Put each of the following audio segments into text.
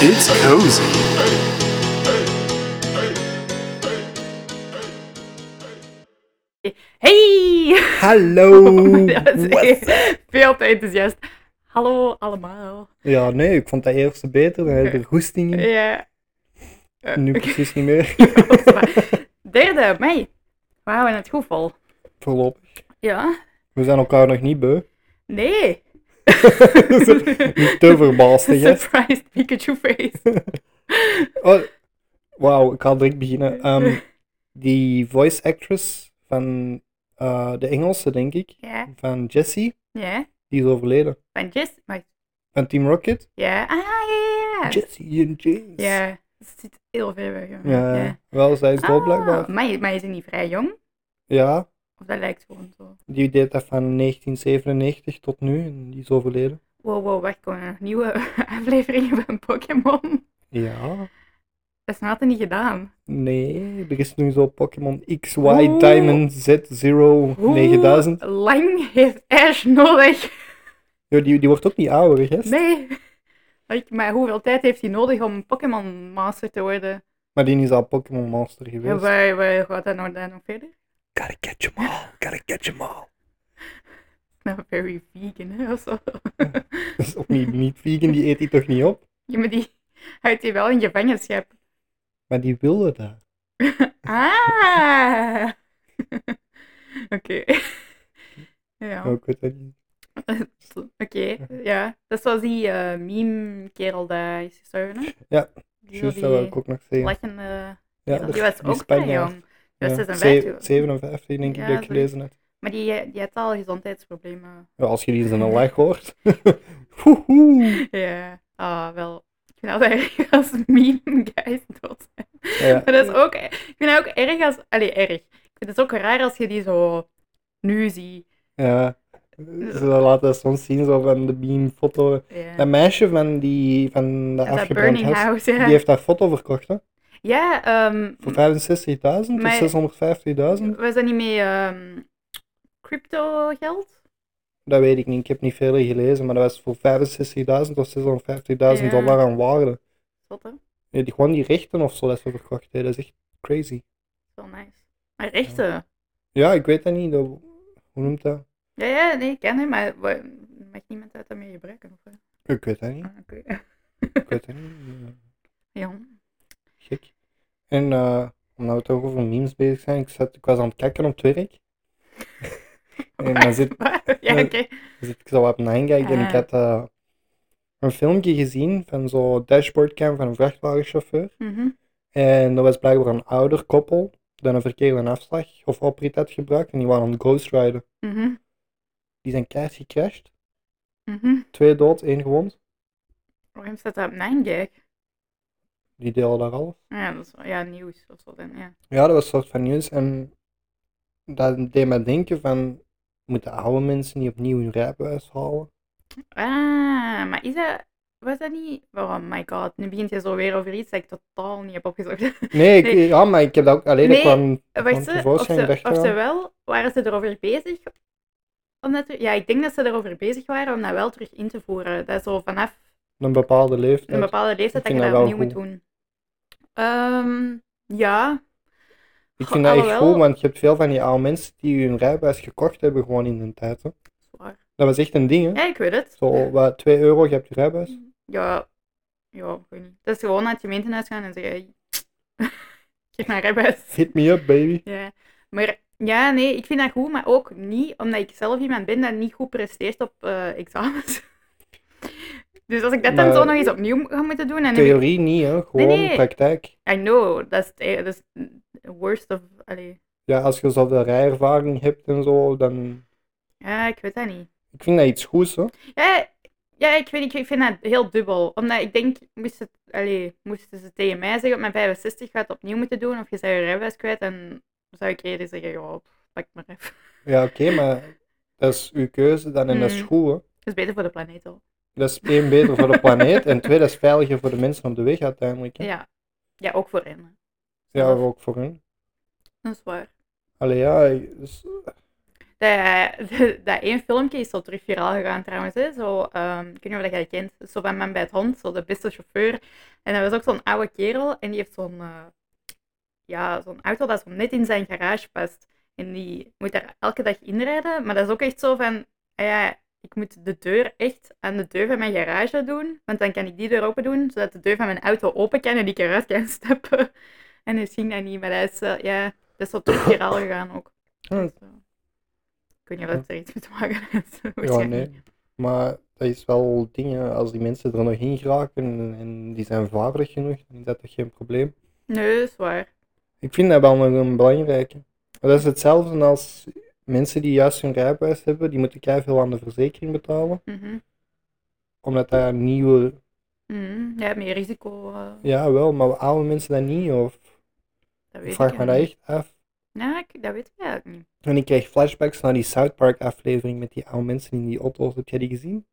It's cozy. Hey! Hallo. Dat is What's up? veel te enthousiast. Hallo allemaal. Ja, nee, ik vond dat eerste beter. Dan heb ik er goesting in. Ja. Eh, Hm. Nu oké, precies niet meer. maar- Derde mei. We houden het goed vol. Voorlopig. Ja. We zijn elkaar nog niet beu. Dus, eh, Nee. niet te verbaasd, hè. Surprised Pikachu face. Oh, Wauw, ik ga direct beginnen. Ehm, die voice actress van eh, de Engelse, denk ik, Ja. van Jessie, Ja. die is overleden. Van Jess. Maar Van Team Rocket. ja. Ah, ja, ja, ja. Jessie en James. Ja. Dat zit heel ver weg. jongen. Ja, wel, zij is dood blijkbaar. Ah, maar, maar is hij niet vrij jong? Ja, Of dat lijkt gewoon zo. die deed dat van 1997 tot nu en die is overleden. Wow, wow, wacht, komen er nog nieuwe afleveringen van Pokémon? Ja, Dat is nog altijd niet gedaan. nee, er is nu zo Pokémon XY Hoe- Diamond Z0 Hoe 9000. lang heeft Ash nodig? Ja, die, die wordt ook niet ouder, hè? Nee. Like, maar hoeveel tijd heeft hij nodig om Pokémon Master te worden? Maar die is al Pokémon Master geweest. En waar, waar gaat dat nou dan nog verder? Gotta catch 'em all, gotta catch 'em all. Nou, very vegan, hè, of zo. Dat is ook niet, niet vegan, die eet die toch niet op? Ja, maar die houdt hij wel in gevangenschap. Maar die wilde dat. Ah! Oké. Ja. Ja, Oh, ik weet dat niet. Oké, ja. Dat is zoals die eh, meme-kerel daar is gestorven. hè? Ja, Die Juist, dat zo wil die eh, ik ook nog zeggen. lachende... Ja, die was ook vrij Spanjaard. jong. Die was Ja, 56. ze- 57 denk ik Ja, dat ik zo. gelezen heb. Maar die, die had al gezondheidsproblemen. Ja, als je die zijn lach hoort. Woehoe. Ja, ah, wel. Ik vind dat erg als meme guys dood zijn. Ja. Maar dat is ook... Ik vind dat ook erg als... Allee, erg. Ik vind het ook raar als je die zo nu ziet. ja. Ze laten dat soms zien zo van de beamfoto. Ja. Dat meisje van die van de Dat is dat afgebrand Burning huis, House, ja. die heeft haar foto verkocht hè? Ja, ehm Voor 65.000 Maar- of 650.000. was dat niet mee ehm, crypto geld? Dat weet ik niet, ik heb niet veel gelezen, maar dat was voor 65.000 of 650.000 Ja. dollar aan waarde. Zot, hè? Ja, die, gewoon die rechten of zo dat ze verkocht hebben, dat is echt crazy. Wel nice. Maar eh. rechten? Ja, ik weet dat niet, dat- hoe noemt dat? Ja, ja, nee, ik ken hem, maar wa- mag niemand uit daarmee gebruiken? Of, wat? Ik weet dat niet, ah, oké. ik weet dat niet. eh, Ja. Gek. En eh, omdat we toch over memes bezig zijn, ik, zat, ik was aan het kijken op het werk. en dan zit, ja, dan- oké. zit Dus ik zo op een hangkijk en ik Ah. had eh, een filmpje gezien van zo'n dashboardcam van een vrachtwagenchauffeur. Mhm. En dat was blijkbaar een ouder koppel dat een verkeerde afslag of oprit had gebruikt en die waren aan het ghostriden. mhm, Die zijn keihard gecrashed. mhm. Twee dood, één gewond. Waarom staat dat op Nijmegen? Die delen daar alles. Ja, dat is wel- ja, nieuws of zo dan, ja. Ja, dat was een soort van nieuws en dat deed mij denken van moeten oude mensen niet opnieuw hun rijbewijs halen? Ah, maar is dat... Was dat niet... Oh my god, nu begint je zo weer over iets dat ik totaal niet heb opgezocht. Nee, ik, Nee. ja, maar ik heb dat ook alleen Nee, dat kwam Wacht, eh. Want ze, of, tevoorschijn ze, dacht of je- ze wel, waren ze erover bezig? Om dat te- ja, ik denk dat ze erover bezig waren om dat wel terug in te voeren. Dat zo vanaf een bepaalde leeftijd. een bepaalde leeftijd Ik dat je vind dat dat opnieuw moet wel doen. Ehm, ja, ah, ik vind dat echt alhoewel- goed, want je hebt veel van die oude mensen die hun rijbewijs gekocht hebben gewoon in hun tijd. Hè. zwaar. Dat was echt een ding, hè? Ja, ik weet het. Zo, wat, 2 euro, je hebt je rijbewijs. Ja, ja, ik weet niet. Dat is gewoon naar het gemeentehuis gaan en zeggen, geef mij rijbewijs. Hit me up, baby. Ja, maar ja, nee, ik vind dat goed, maar ook niet omdat ik zelf iemand ben dat niet goed presteert op eh, examens. Dus als ik dat dan Maar- zo nog eens opnieuw ga moeten doen, en Theorie niet, hè? gewoon nee. praktijk. I know, dat is het e- dat is het worst of, allee, Ja, als je zoveel rijervaring hebt en zo, dan. ja, ik weet dat niet. Ik vind dat iets goeds, hè? Ja, ja ik, weet, ik, ik vind dat heel dubbel, omdat ik denk, moest het, allee, moesten ze tegen mij zeggen op mijn 65 gaat het opnieuw moeten doen, of je zou je rijbewijs kwijt, dan zou ik eerder zeggen, ja, pff, pak maar even. Ja, oké, maar dat is uw keuze dan en dat is Mm. goed, hè? Dat is beter voor de planeet al. Dat is één beter voor de planeet en twee, dat is veiliger voor de mensen op de weg uiteindelijk. Hè? Ja. ja, ook voor hen. hè. Ja, ook voor hen. Dat is waar. Allee, ja, dus, Dat, dat één filmpje is zo terug viraal gegaan trouwens. Hè? Zo, ehm, ik weet niet of dat jij dat kent. Zo van Man bij het Hond, zo de beste chauffeur. En dat was ook zo'n oude kerel. En die heeft zo'n eh, ja, zo'n auto dat zo net in zijn garage past. En die moet daar elke dag inrijden. Maar dat is ook echt zo van... ah ja, ik moet de deur echt aan de deur van mijn garage doen. Want dan kan ik die deur open doen, zodat de deur van mijn auto open kan en ik eruit kan stappen. En dus ging dat niet. Maar dat is, eh, ja, dat is zo terug viraal gegaan ook. Hmm. Dus, eh, ik weet niet of dat er iets mee te maken heeft. Ja, waarschijnlijk nee. niet. Maar dat is wel dingen, als die mensen er nog in geraken en die zijn vaardig genoeg, dan is dat toch geen probleem. Nee, dat is waar. Ik vind dat wel nog een belangrijke. Maar dat is hetzelfde als mensen die juist hun rijbewijs hebben, die moeten keihard veel aan de verzekering betalen, Mhm. omdat daar nieuwe, Mhm. Ja, meer risico. eh, ja wel, maar oude mensen dat niet, of dat weet ik ik vraag me dat eigenlijk echt af. niet. Ja, ik- dat weet ik eigenlijk niet. En ik kreeg flashbacks naar die South Park aflevering met die oude mensen in die auto's, heb jij die gezien?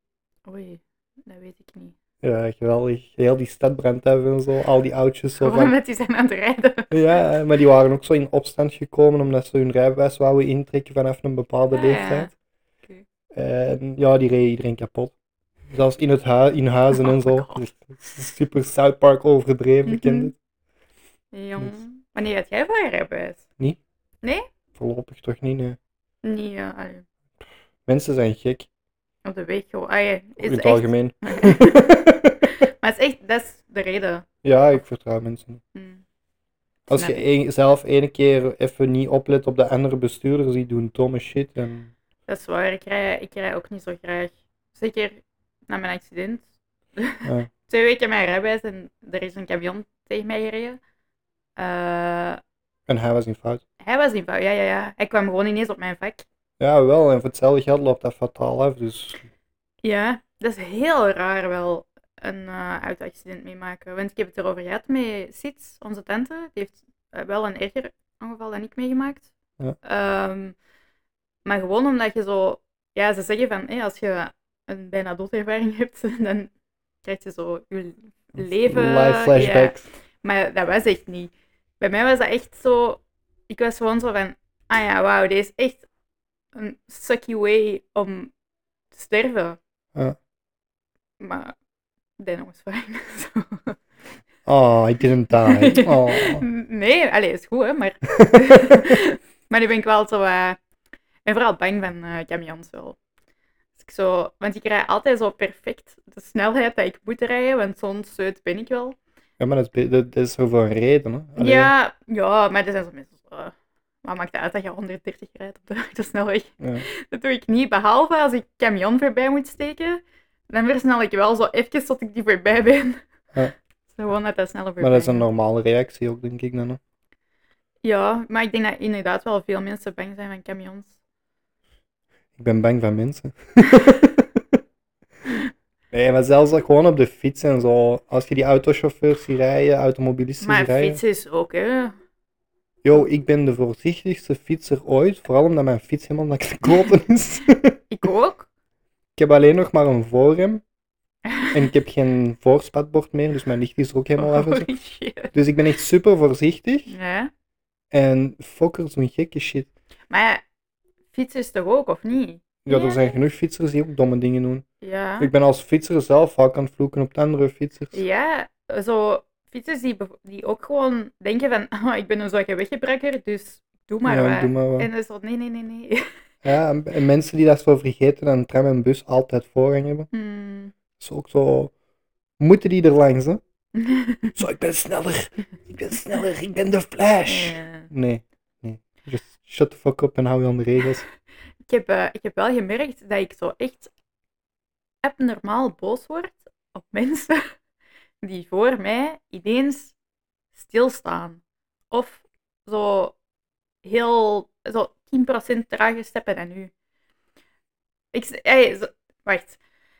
Oei, dat weet ik niet. Ja, geweldig. Heel die stad brandt af en zo, al die oudjes zo Gewoon van... omdat die zijn aan het rijden. Ja, maar die waren ook zo in opstand gekomen omdat ze hun rijbewijs wouden intrekken vanaf een bepaalde Ah, ja. leeftijd. Oké. En ja, die reed iedereen kapot. Zelfs in, het hui- in huizen en Oh zo. my God. Dus super South Park overdreven, ik ken Mhm. dit. Jong. Wanneer had jij van rijbewijs? Voorlopig toch niet, nee. Niet eh, allee, Mensen zijn gek, op de weg gewoon. Ah, ja, in is het echt... algemeen. maar het is echt, dat is de reden. ja, ik vertrouw mensen niet. Hm. Als Snap je ik. een- zelf ene keer even niet oplet op de andere bestuurders, die doen domme shit. En... Dat is waar, ik rij, ik rij ook niet zo graag. Zeker na mijn accident. Ja. Twee weken mijn rijbewijs en er is een camion tegen mij gereden. Eh, en hij was in fout. hij was in fout, ja, ja, ja. Hij kwam gewoon ineens op mijn vak. Ja, wel, en voor hetzelfde geld loopt dat fataal af, dus... Ja, dat is heel raar wel een eh, auto-accident meemaken. Want ik heb het erover gehad met Sits, onze tante. Die heeft eh, wel een erger ongeval dan ik meegemaakt. Ja. Ehm, maar gewoon omdat je zo... Ja, ze zeggen van, hé, als je een bijna doodervaring hebt, dan krijg je zo je leven... Live ja. flashbacks. Maar dat was echt niet. Bij mij was dat echt zo. Ik was gewoon zo van: ah ja, wauw, dit is echt een sucky way om te sterven. Ja. Maar dan was fijn. zo. Oh, I didn't die. Oh. Nee, allee, is goed, hè, maar. maar nu ben ik wel zo. eh, ik ben vooral bang van eh camions wel. Als ik zo, want ik rij altijd zo perfect de snelheid dat ik moet rijden, want zo'n zeut ben ik wel. Ja, maar dat is, be- dat dat is zo voor een reden. Hè? Allee, Ja, ja, maar er zijn zo mensen zo. eh, Wat maakt het uit dat je 130 rijdt op de, de snelweg? ja. Dat doe ik niet, behalve als ik camion voorbij moet steken. Dan versnel ik wel zo even tot ik die voorbij ben. Ja. Zo Gewoon dat dat sneller voorbij Maar dat is een gaat. normale reactie ook, denk ik dan. Hè? Ja, maar ik denk dat inderdaad wel veel mensen bang zijn van camions. Ik ben bang van mensen. nee, maar zelfs ook gewoon op de fiets en zo. Als je die autochauffeurs ziet rijden, automobilisten maar ziet rijden. fiets is ook, hè. Yo, ik ben de voorzichtigste fietser ooit. Vooral omdat mijn fiets helemaal naar de kloten is. Ik ook. ik heb alleen nog maar een voorrem. En ik heb geen voorspatbord meer, dus mijn licht is er ook helemaal af. en zo. Holy shit. Dus ik ben echt super voorzichtig. Ja. En fokkers doen gekke shit. Maar ja, fiets is toch ook, of niet? Ja, Ja. er zijn genoeg fietsers die ook domme dingen doen. Ja. Ik ben als fietser zelf vaak aan het vloeken op de andere fietsers. Ja, zo fietsers die, bev- die ook gewoon denken van, oh, ik ben een zwakke weggebrekker, dus doe maar ja, wat. doe maar wat. En dan is dat, nee, nee, nee, nee. Ja, en, en mensen die dat zo vergeten aan tram en bus altijd voorrang hebben. Hmm. Dat is ook zo... Moeten die er langs, hè? Zo, ik ben sneller. Ik ben sneller. Ik ben de Flash. Ja. Nee. Nee. Just shut the fuck up en hou je aan de regels. Ik heb, eh, ik heb wel gemerkt dat ik zo echt abnormaal boos word op mensen die voor mij ineens stilstaan. Of zo heel, zo 10% trager steppen dan u. Ik, z- ey, zo- wacht.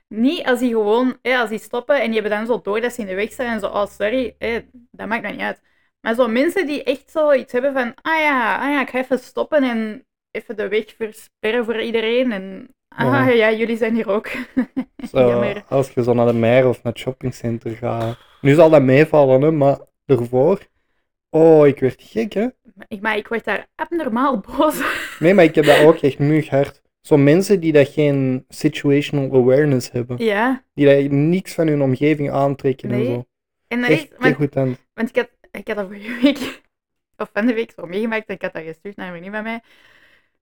Niet als die gewoon, eh, als die stoppen en die hebben dan zo door dat ze in de weg staan en zo, oh sorry, eh, dat maakt mij niet uit. Maar zo mensen die echt zoiets hebben van, ah ja, ah ja, ik ga even stoppen en even de weg versperren voor iedereen. En ah Ja. ja, jullie zijn hier ook. Zo, Jammer. als je zo naar de mer of naar het shoppingcenter gaat. Nu zal dat meevallen, hè, maar ervoor. Oh, ik werd gek, hè? ik- maar ik word daar abnormaal boos. Nee, maar ik heb dat ook echt mughard. Zo mensen die dat geen situational awareness hebben. ja. Die dat niks van hun omgeving aantrekken en Nee, zo. En dat is, Echt want, goed aan. want ik had, ik had dat vorige week, of van de week zo meegemaakt, en ik had dat gestuurd naar een vriendin bij mij.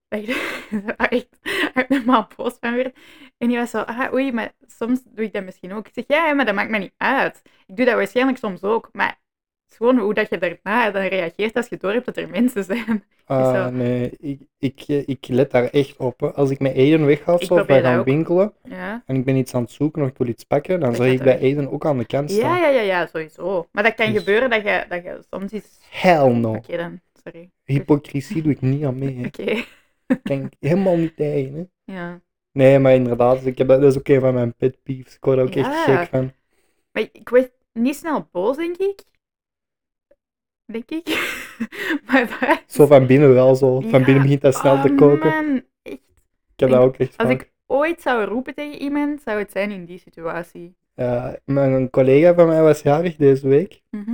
Dat ik er echt abnormaal boos van werd. En die was zo, ah oei, maar soms doe ik dat misschien ook. Ik zeg, ja, maar dat maakt me niet uit. Ik doe dat waarschijnlijk soms ook, maar het is gewoon hoe dat je daarna dan reageert als je doorhebt dat er mensen zijn. Ah, zo. nee, ik, ik, eh, ik let daar echt op. Hè. Als ik met Aiden wegga of Ik zo, of wij probeer dat gaan ook. winkelen Ja, en ik ben iets aan het zoeken of ik wil iets pakken, dan Ik zeg dat ik bij ook. Aiden ook aan de kant ja, staan. ja, ja, ja sowieso. Maar dat kan Dus- gebeuren dat je, dat je soms iets... Hell Oké no. dan, sorry. Hypocrisie doe ik niet aan mee. hè. Oké, Kan ik helemaal niet tegen. Hè. ja. Nee, maar inderdaad, ik heb, dat is ook een van mijn pet peeves. Ik word daar ook echt Ja. gek van. Maar ik word niet snel boos, denk ik. Denk ik. maar dat... Zo van binnen wel zo. Van Ja. binnen begint dat snel te Oh, koken. man, echt. Ik heb dat ook echt Als vaak. ik ooit zou roepen tegen iemand, zou het zijn in die situatie. Ja, mijn collega van mij was jarig deze week. Mhm.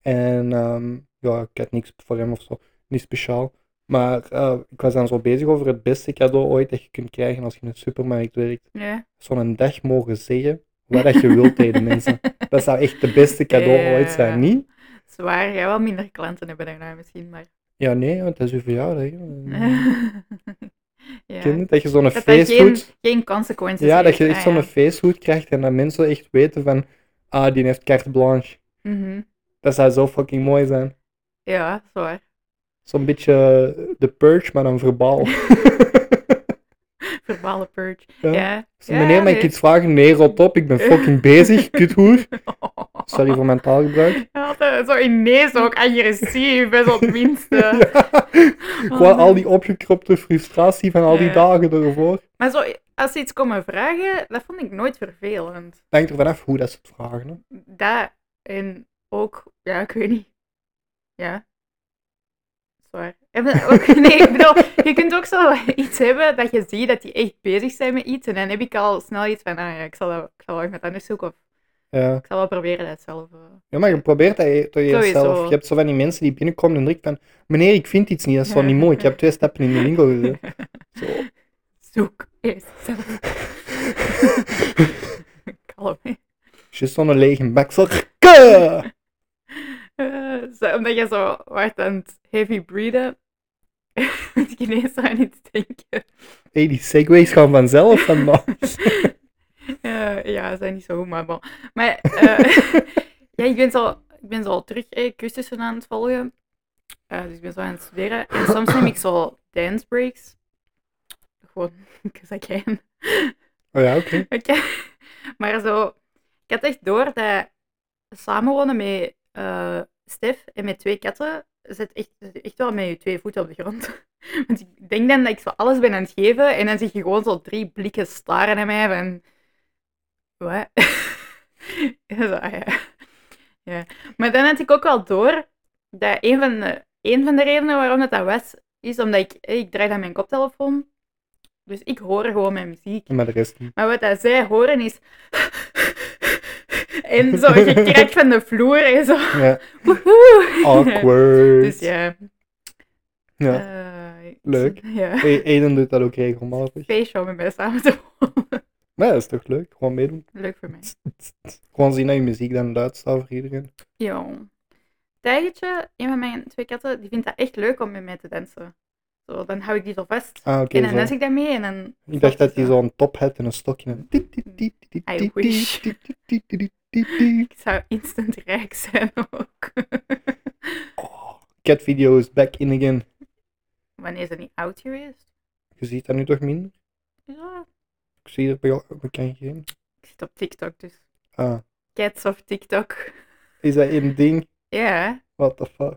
En ehm, ja, ik had niks voor hem of zo. Niet speciaal. Maar eh, ik was dan zo bezig over het beste cadeau ooit dat je kunt krijgen als je in een supermarkt werkt. Ja. Zo'n dag mogen zeggen wat dat je wilt tegen de mensen. Dat zou echt de beste cadeau ooit zijn, Ja. niet? Zwaar, jij wel minder klanten hebben daarna misschien, maar... Ja, nee, want dat is uw verjaardag. hè. ja. Ken je het? Dat je zo'n Dat dat feest geen, doet. geen consequences Ja, dat heeft. je echt Ah, ja. zo'n feesthoed krijgt en dat mensen echt weten van, ah, die heeft carte blanche. Mhm. Dat zou zo fucking mooi zijn. Ja, zwaar. Zo'n beetje eh, de purge, maar dan verbaal. Dus Verbale purge. Ja. Ja. Zo, meneer, mag ik nee. iets vragen? Nee, rot op, ik ben fucking bezig, kuthoer. Sorry voor mijn taalgebruik. Ja, dat- zo ineens ook agressief, best op het minste. Ja. Gewoon man. al die opgekropte frustratie van al die Oh, Ja. dagen ervoor. Maar zo, als ze iets komen vragen, dat vond ik nooit vervelend. Denk er vanaf hoe dat ze het vragen. Hè. Dat en ook, ja, ik weet niet. Ja. Zwaar. En we- ook- Nee, ik bedoel, je kunt ook zo iets hebben dat je ziet dat die echt bezig zijn met iets. En dan heb ik al snel iets van, ah ja, ik zal, dat- ik zal wel met anders zoeken. Of Ja. ik zal wel proberen dat zelf. eh. ja, maar je probeert dat je- door jezelf. Sowieso. Je hebt zo van die mensen die binnenkomen en direct van... Meneer, ik vind iets niet, dat is zo niet mooi. Ik heb twee stappen in de winkel gezet. Zo. Zoek eerst zelf. Kalm, hè. Je zo'n lege bak. Zo. "Kuh!" Eh, zo, omdat je zo hard aan het heavy breathen, moet ik ineens aan iets denken. Hey, die segways gaan vanzelf vandaag. Eh, ja, ze zijn niet zo goed, maar bon. Maar eh, ja, ik ben zo, ik ben zo terug eh, cursussen aan het volgen. Eh, dus ik ben zo aan het studeren. En soms neem ik zo dance breaks. Gewoon, because I can. Oh ja, oké. Oké. Maar zo, ik had echt door dat samenwonen met eh, Stef en met twee katten, zit echt, zit echt wel met je twee voeten op de grond. Want ik denk dan dat ik zo alles ben aan het geven en dan zie je gewoon zo drie blikken staren naar mij van... Wat? Ja, zo, ah ja. ja. Maar dan had ik ook wel door dat een van de, een van de redenen waarom dat, dat was, is omdat ik, ik draai aan mijn koptelefoon. Dus ik hoor gewoon mijn muziek. Maar de rest niet. Maar wat dat zij horen is. En zo gekrak van de vloer en zo. Ja. Woehoe. Awkward. Dus ja. Ja. eh, Leuk. Ja. Hey, Aiden doet dat ook regelmatig. Feestje met mij samen te wonen. Maar dat is toch leuk? Gewoon meedoen. Leuk voor mij. Gewoon zien dat je muziek dan luid staat voor iedereen. Jo. Tijgertje, een van mijn twee katten, die vindt dat echt leuk om met mij te dansen. Zo, dan hou ik die zo vast. Ah, oké. En dan zo. dans ik daarmee en dan... ik dacht dat hij zo'n top had en een stokje. En... Hmm. I wish. Ik zou instant rijk zijn ook. Oh, cat video is back in again. Wanneer ze niet oud geweest. Je ziet dat nu toch minder? Ja, Ik zie dat bij jou ook bekend geen. Ik zit op TikTok, dus Ah, cats of TikTok. is dat één ding? Ja. What the fuck?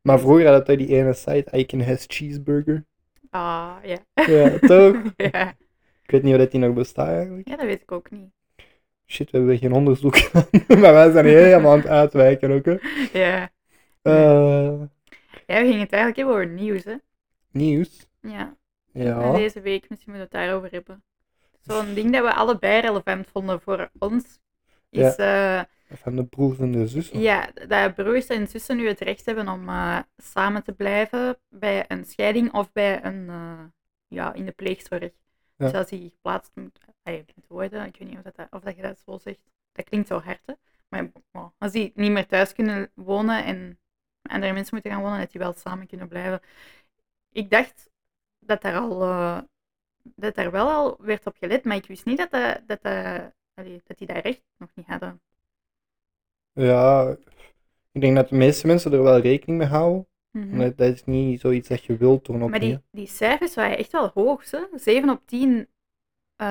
Maar vroeger had hij die ene site, I can has cheeseburger. Ah, ja. Ja, toch? ja. Ik weet niet of dat die nog bestaat eigenlijk. Ja, dat weet ik ook niet. Shit, we hebben geen onderzoek gedaan. maar wij zijn helemaal aan het uitwijken ook, hè. Ja. Eh, Ja, we gingen het eigenlijk hebben over nieuws, hè. nieuws. Ja. En Ja. Deze week, misschien moeten we het daarover hebben. Zo'n ding dat we allebei relevant vonden voor ons, is eh, Of hebben de broers en de zussen? Ja, dat broers en zussen nu het recht hebben om eh, samen te blijven bij een scheiding of bij een, eh, ja, in de pleegzorg. Ja. Dus als die geplaatst moet, ay, moet worden, ik weet niet of, dat, of dat je dat zo zegt. Dat klinkt zo hard, hè. Maar maar als die niet meer thuis kunnen wonen en met andere mensen moeten gaan wonen, dat die wel samen kunnen blijven. Ik dacht dat daar al... eh, dat daar wel al werd op gelet, maar ik wist niet dat, dat, dat, dat, allee, dat die dat recht nog niet hadden. Ja, ik denk dat de meeste mensen er wel rekening mee houden. Mhm. Maar dat is niet zoiets dat je wilt doen Maar opnieuw. die, die cijfers waren echt wel hoog, hè? 7 op 10. eh,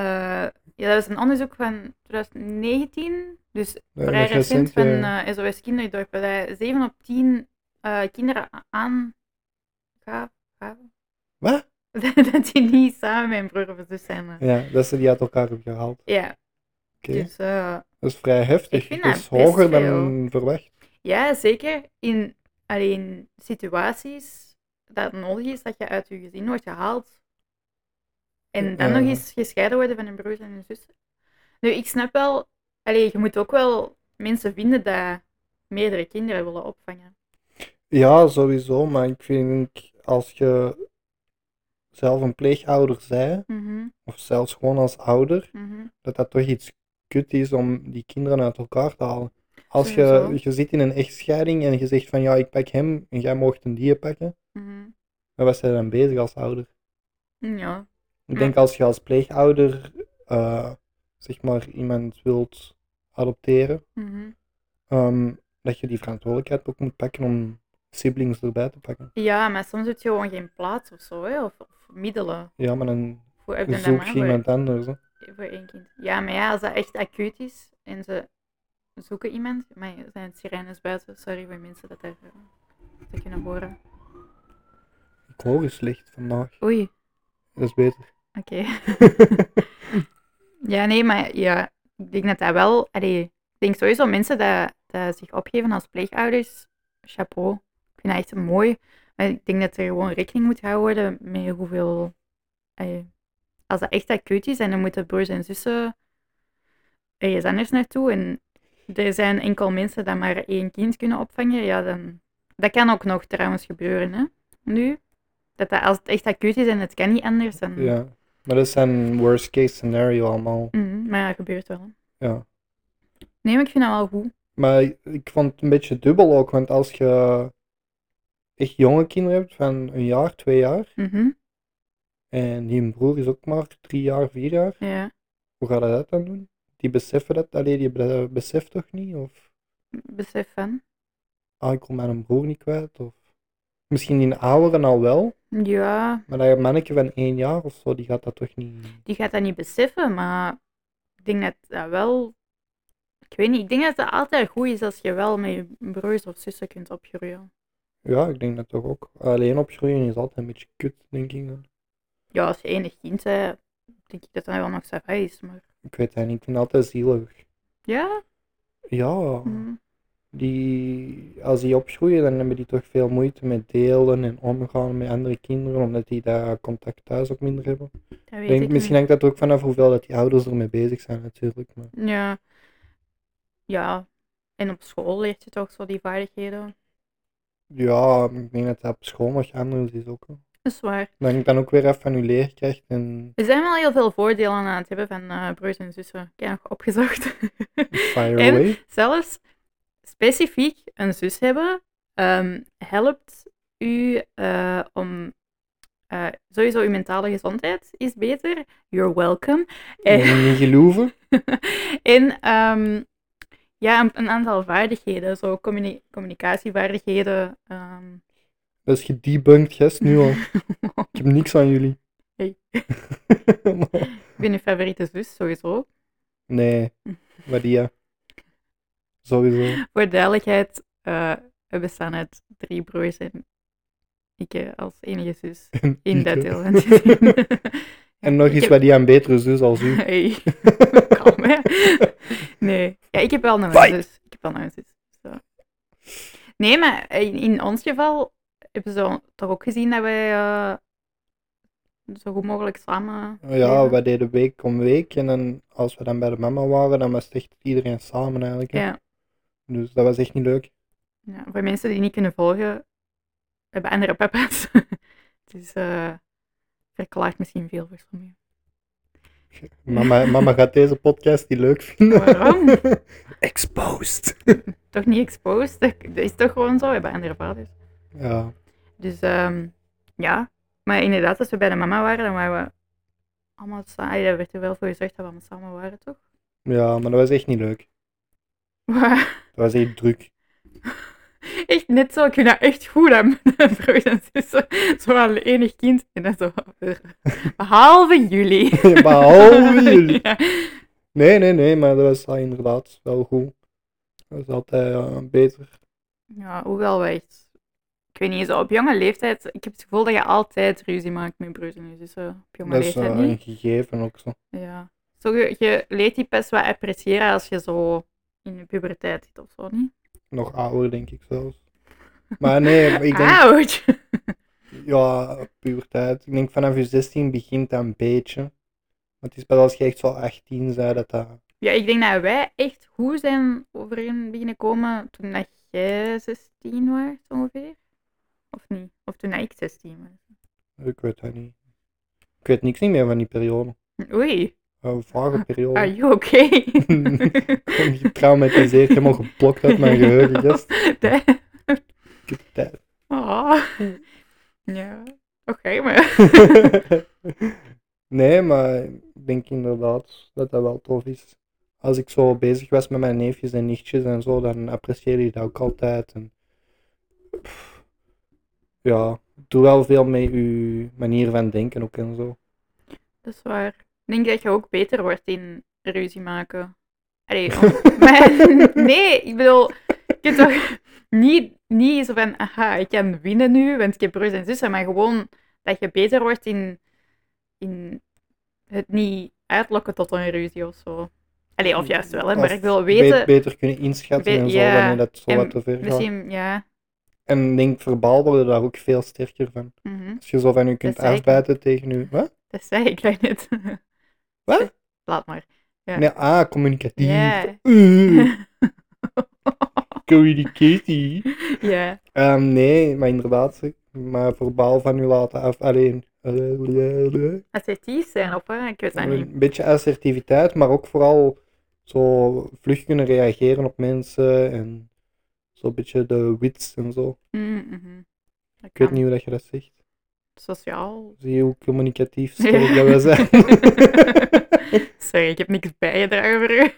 ja, dat is een onderzoek van 2019, dus Ja, vrij Eh, dat is recent, recent, van ja. eh, SOS Kinderdorp. dat hij 7 op 10 eh, kinderen aan... ga- ga- Wat? dat die niet samen met een broer of een zus zijn. eh. Ja, dat ze die uit elkaar hebben gehaald. Ja, Oké, dus... eh, dat is vrij heftig. ik vind dat dat is best hoger veel. dan verwacht. Ja, zeker. In alleen situaties dat het nodig is dat je uit je gezin wordt gehaald. En dan Ja. nog eens gescheiden worden van een broers en een zussen. Nu, ik snap wel, allee, je moet ook wel mensen vinden dat meerdere kinderen willen opvangen. Ja, sowieso, maar ik vind als je zelf een pleegouder bent, Mhm, of zelfs gewoon als ouder, mhm. dat dat toch iets kut is om die kinderen uit elkaar te halen. Als Sowieso. je, je zit in een echtscheiding en je zegt van ja, ik pak hem en jij mocht een die pakken, mhm. dan was zij dan bezig als ouder. Ja. Ik denk als je als pleegouder eh, zeg maar iemand wilt adopteren, mhm. ehm, dat je die verantwoordelijkheid ook moet pakken om siblings erbij te pakken. Ja, maar soms heb je gewoon geen plaats of zo, hè? Of, of middelen. Ja, maar dan Hoe heb je dat zoek maar je voor- iemand anders. Hè. Voor één kind. Ja, maar ja, als dat echt acuut is en ze zoeken iemand. Maar er zijn sirenes buiten. Sorry voor mensen dat daar eh, dat kunnen horen. Ik hoor je slecht vandaag. Oei, Dat is beter. oké. ja, nee, maar ja, ik denk dat dat wel. Allee, ik denk sowieso mensen dat, dat zich opgeven als pleegouders. Chapeau. Ik vind dat echt mooi. Maar ik denk dat er gewoon rekening moet gehouden worden met hoeveel. allee, als dat echt acuut is en dan moeten broers en zussen ergens anders naartoe. En er zijn enkel mensen dat maar één kind kunnen opvangen. Ja, dan. Dat kan ook nog trouwens gebeuren, hè? Nu. Dat, dat als het echt acuut is en het kan niet anders, dan. Ja. Maar dat zijn worst case scenario allemaal. Mhm, maar ja, dat gebeurt wel. Ja. Nee, maar ik vind dat wel goed. Maar ik- ik vond het een beetje dubbel ook, want als je echt jonge kinderen hebt van een jaar, twee jaar, Mhm, en die broer is ook maar drie jaar, vier jaar, ja. hoe ga je dat dan doen? Die beseffen dat, alleen die be- beseft toch niet? Of Besef van. ah, ik kom mijn broer niet kwijt? Of misschien die ouderen al wel, Ja, maar dat mannetje van één jaar of zo, die gaat dat toch niet. die gaat dat niet beseffen, maar ik denk dat dat wel. Ik weet niet, ik denk dat het altijd goed is als je wel met je broers of zussen kunt opgroeien. Ja, ik denk dat toch ook. Alleen opgroeien is altijd een beetje kut, denk ik. dan. Ja, als je enig kind bent, denk ik dat dat wel nog zo is, maar. Ik weet het niet, ik vind het altijd zielig. Ja, Ja. mhm. die, als die opgroeien, dan hebben die toch veel moeite met delen en omgaan met andere kinderen, omdat die daar contact thuis ook minder hebben. dat weet Ik denk, ik misschien hangt dat er ook vanaf hoeveel dat die ouders ermee bezig zijn natuurlijk. Maar niet. Ja. Ja. En op school leert je toch zo die vaardigheden. ja, ik denk dat dat op school nog anders is ook. hè. Dat is waar. Dat hangt dan ook weer af van je leerkracht en Er zijn wel heel veel voordelen aan het hebben van eh, broers en zussen. Ik heb nog opgezocht. fire En- away. Zelfs specifiek een zus hebben ehm, helpt u eh, om eh, sowieso uw mentale gezondheid is beter. You're welcome. Moet En, je Niet geloven. en, ehm, ja, een, een aantal vaardigheden, zo communi- communicatievaardigheden. ehm. Dus je debunkt gest nu al. Ik heb niks aan jullie. Hey. ik ben uw favoriete zus sowieso. nee, maar die ja. Sowieso. Voor duidelijkheid, eh, we bestaan uit drie broers en ik eh, als enige zus in dat Ikke. deel. van het gezin. En nog Ik iets heb- wat die aan betere zus als u. Hey, kalm hè. Nee, ja, ik heb wel nog een Fight! zus. Ik heb wel nog een zus. Zo. Nee, maar in, in ons geval hebben ze toch ook gezien dat wij eh, zo goed mogelijk samen. Oh Ja, leven. we deden week om week en dan, als we dan bij de mama waren, dan was het echt iedereen samen eigenlijk. hè. Ja. Dus dat was echt niet leuk. Ja, voor mensen die niet kunnen volgen, we hebben andere papa's. dus eh verklaart misschien veel voor sommigen. Mama, mama gaat deze podcast niet leuk vinden. Waarom? Exposed. Toch niet exposed? Dat dat is toch gewoon zo, we hebben andere vaders. Ja, Dus ehm, ja, maar inderdaad, als we bij de mama waren, dan waren we allemaal samen. Allee, Daar werd er wel voor gezorgd dat we allemaal samen waren, toch? ja, maar dat was echt niet leuk. Maar Dat was echt druk. echt net zo, ik vind dat echt goed aan mijn broers en zussen. Zo aan enig kind en dan zo. eh, Behalve jullie. Behalve jullie. Ja. oh, Nee, nee, nee, maar dat was ah, inderdaad wel goed. Dat is altijd eh, beter. Ja, hoewel we echt... Ik weet niet, zo op jonge leeftijd... Ik heb het gevoel dat je altijd ruzie maakt met broers en zussen. Op jonge dat is leeftijd eh, een niet. gegeven ook zo. Ja. Zo, je, je leert die best wel appreciëren als je zo in de puberteit zit of zo, niet? Nog ouder, denk ik zelfs. Maar nee, Ah, ik denk, Ouch! ja, puberteit. Ik denk vanaf je 16 begint dat een beetje. Maar het is pas als je echt zo 18 zei dat dat. Ja, ik denk dat wij echt goed zijn overeen beginnen komen toen dat jij 16 was, ongeveer. Of niet? Of toen dat ik 16 was. Ik weet dat niet. Ik weet niks niet meer van die periode. Oei, Ah, Eh, vage periode. are you okay? Ik ben getraumatiseerd, helemaal geblokt uit mijn geheugen. Yes. Da- Ik heb tijd. Oh. Ja, oké, maar. nee, maar ik denk inderdaad dat dat wel tof is. Als ik zo bezig was met mijn neefjes en nichtjes en zo, dan apprecieerde je dat ook altijd. En, pff, ja, doe wel veel met je manier van denken ook en zo. Dat is waar. Ik denk dat je ook beter wordt in ruzie maken. Allee, om- maar, nee, ik bedoel, je kunt toch niet, niet zo van, aha, ik kan winnen nu, want ik heb broers en zussen, maar gewoon dat je beter wordt in, in het niet uitlokken tot een ruzie of zo. Allee, of juist wel, hè, maar Als ik wil be- weten, beter kunnen inschatten Be- en zo, ja, wanneer dat zo en wat te ver gaat. misschien, ja. En ik denk, verbaal worden daar ook veel sterker van. mhm. Als je zo van je kunt zeker. afbijten tegen je... Wat? Dat zei ik daarnet. Wat? Laat maar. Ja. Nee, ah, communicatief. Ja. Uh, communicatie. ja. Ehm, nee, maar inderdaad, zeg, maar verbaal van u laten af. Alleen Assertief zijn of hè? ik weet dat niet. een beetje assertiviteit, maar ook vooral zo vlug kunnen reageren op mensen en zo'n beetje de wits en zo. Mm, mhm. Dat Ik weet kan. niet hoe dat je dat zegt. Sociaal. Zie je hoe communicatief Ja. sterk dat we zijn? Sorry, ik heb niks bijgedragen voor u.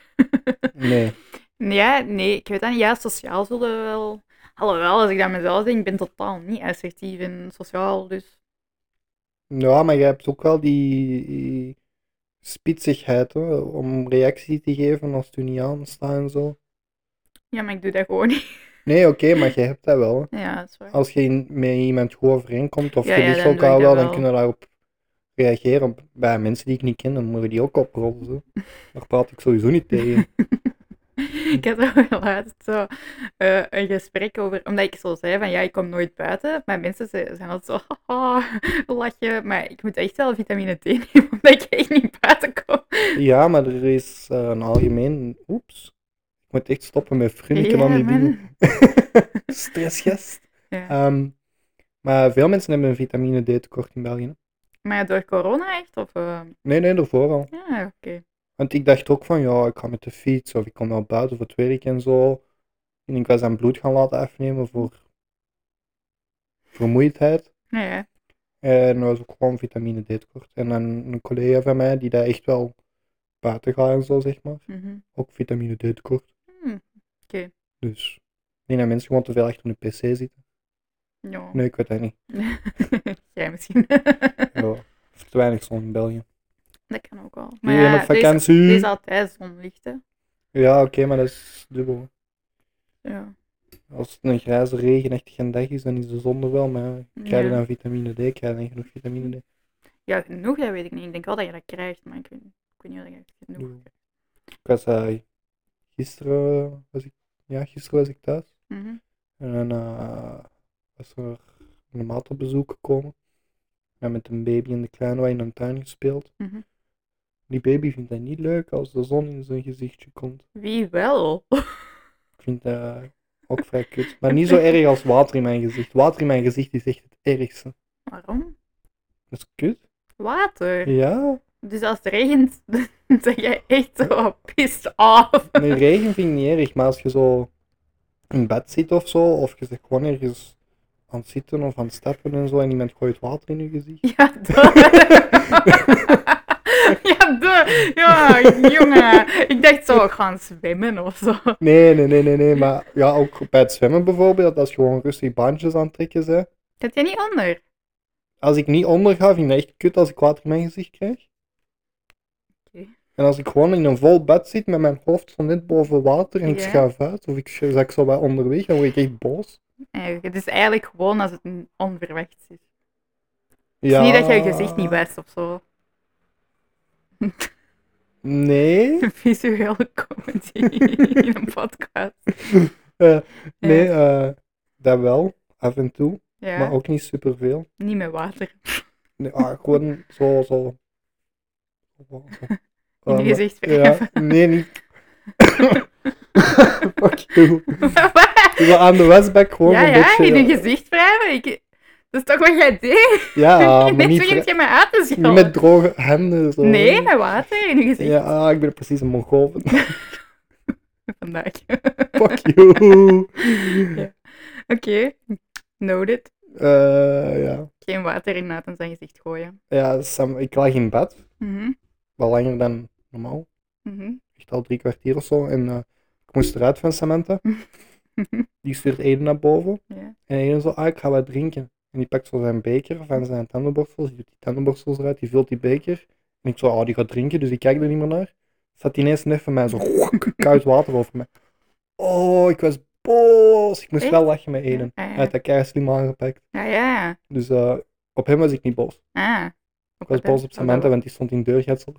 nee. Ja, nee, ik weet dat niet. Ja, sociaal zullen we wel. Alhoewel, als ik dat mezelf denk, ik ben totaal niet assertief en sociaal, dus... Ja, maar je hebt ook wel die, die spitsigheid hoor, om reactie te geven als het u niet aanstaat en zo. Ja, maar ik doe dat gewoon niet. Nee, oké, maar je hebt dat wel. hè. Ja, dat is waar. Als je in- met iemand goed overeenkomt of Ja, je ja, ligt dan doe elkaar ik dat wel, dan wel. kunnen we daarop reageren. Bij mensen die ik niet ken, dan moeten we die ook oprollen. Zo. Daar praat ik sowieso niet tegen. Ik had er laatst zo eh, een gesprek over, omdat ik zo zei van ja, ik kom nooit buiten. Maar mensen ze- zijn altijd zo, haha, lachje. Maar ik moet echt wel vitamine D nemen, omdat ik echt niet buiten kom. Ja, maar er is eh, een algemeen... Oeps. Ik moet echt stoppen met vrienden van die dingen. Stressgest. Ja. Ehm, maar veel mensen hebben een vitamine D tekort in België. hè. Maar door corona echt? Of, eh, Nee, nee, daarvoor al. Ja, oké. Want ik dacht ook van, ja, ik ga met de fiets of ik kom wel buiten voor het werk en zo. En ik was aan bloed gaan laten afnemen voor vermoeidheid. Nou ja. En dat was ook gewoon vitamine D tekort. En dan een collega van mij die daar echt wel buiten gaat en zo, zeg maar. mhm. Ook vitamine D tekort. Hmm, oké. Dus, ik denk dat mensen gewoon te veel achter hun pc zitten. Ja. Nee, ik weet dat niet. Jij misschien. Ja, of te weinig zon in België. dat kan ook wel. Maar Jullie ja, hebben er is- vakantie. er is altijd zonlicht, hè. Ja, oké, maar dat is dubbel. Ja. Als het een grijze, regenachtige dag is, dan is de zon er wel, maar krijg je Ja. dan vitamine D? Krijg je dan genoeg vitamine D? ja, genoeg, dat weet ik niet. Ik denk wel dat je dat krijgt, maar ik weet, ik weet niet of dat je genoeg Ik was eh, gisteren, was ik, ja, gisteren was ik thuis. Mhm. En eh was er een maat op bezoek gekomen. En met een baby en de kleine wij in een tuin gespeeld. Mhm. Die baby vindt dat niet leuk als de zon in zijn gezichtje komt. Wie wel? Ik vind dat eh, ook vrij kut. Maar niet zo erg als water in mijn gezicht. Water in mijn gezicht is echt het ergste. Waarom? Dat is kut. Water. Ja. Dus als het regent, dan ben jij echt zo pissed off. Nee, regen vind ik niet erg, maar als je zo in bed zit of zo, of je zit gewoon ergens aan het zitten of aan het stappen en zo, en iemand gooit water in je gezicht. Ja, duh. ja, duh. Ja, jongen. Ik dacht zo, gaan zwemmen of zo. Nee, nee, nee, nee, nee, maar ja, ook bij het zwemmen bijvoorbeeld, als je gewoon rustig bandjes aan het trekken bent. Gaat jij niet onder? Als ik niet onderga, vind ik dat echt kut als ik water in mijn gezicht krijg. Oké. En als ik gewoon in een vol bed zit met mijn hoofd zo net boven water en ik Ja. schuif uit, of ik zak zo bij onderweg, dan word ik echt boos. Nee, het is eigenlijk gewoon als het n- onverwachts is. Het is niet dat je je gezicht niet wijst of zo. Nee. Visueel comedy in een podcast. Eh, nee, eh, dat wel, af en toe, Ja, maar ook niet superveel. niet met water. Nee, ah, gewoon zo, zo. zo. In je Eh, gezicht Ja, verven. nee, niet. Fuck you. Wat? Zo aan de Westback gewoon ja, een ja, beetje. eh, in je gezicht wrijven. Ik... Dat is toch wat jij deed? Ja, Ah, maar Net niet, begint vri- je mij aan te zien. niet met droge handen. Zo. Nee, met water in je gezicht Ja, ah, ik ben precies een Mongool. vandaag. Fuck you. Oké, noted. Eh, ja. Geen water in Nathan zijn gezicht gooien. ja Sam, ik lag in bed. Mhm, Wel langer dan normaal. mhm. Echt al drie kwartier of zo. En eh, ik moest eruit van Samantha. Die stuurt Eden naar boven. Ja. En Eden zo, ah, ik ga wat drinken. En die pakt zo zijn beker van zijn tandenborstel. Die doet die tandenborstels eruit. Die vult die beker. En ik zo, ah, die gaat drinken. Dus ik kijk er niet meer naar. Zat ineens net van mij zo koud water over me. Oh, ik was boos. Ik moest Echt? wel lachen met Eden. Ah, ja. Hij had dat keihard slim aangepakt. Ah, ja. Dus eh, op hem was ik niet boos. Ah. Ik was boos op Samantha, want die stond in deurgidsel.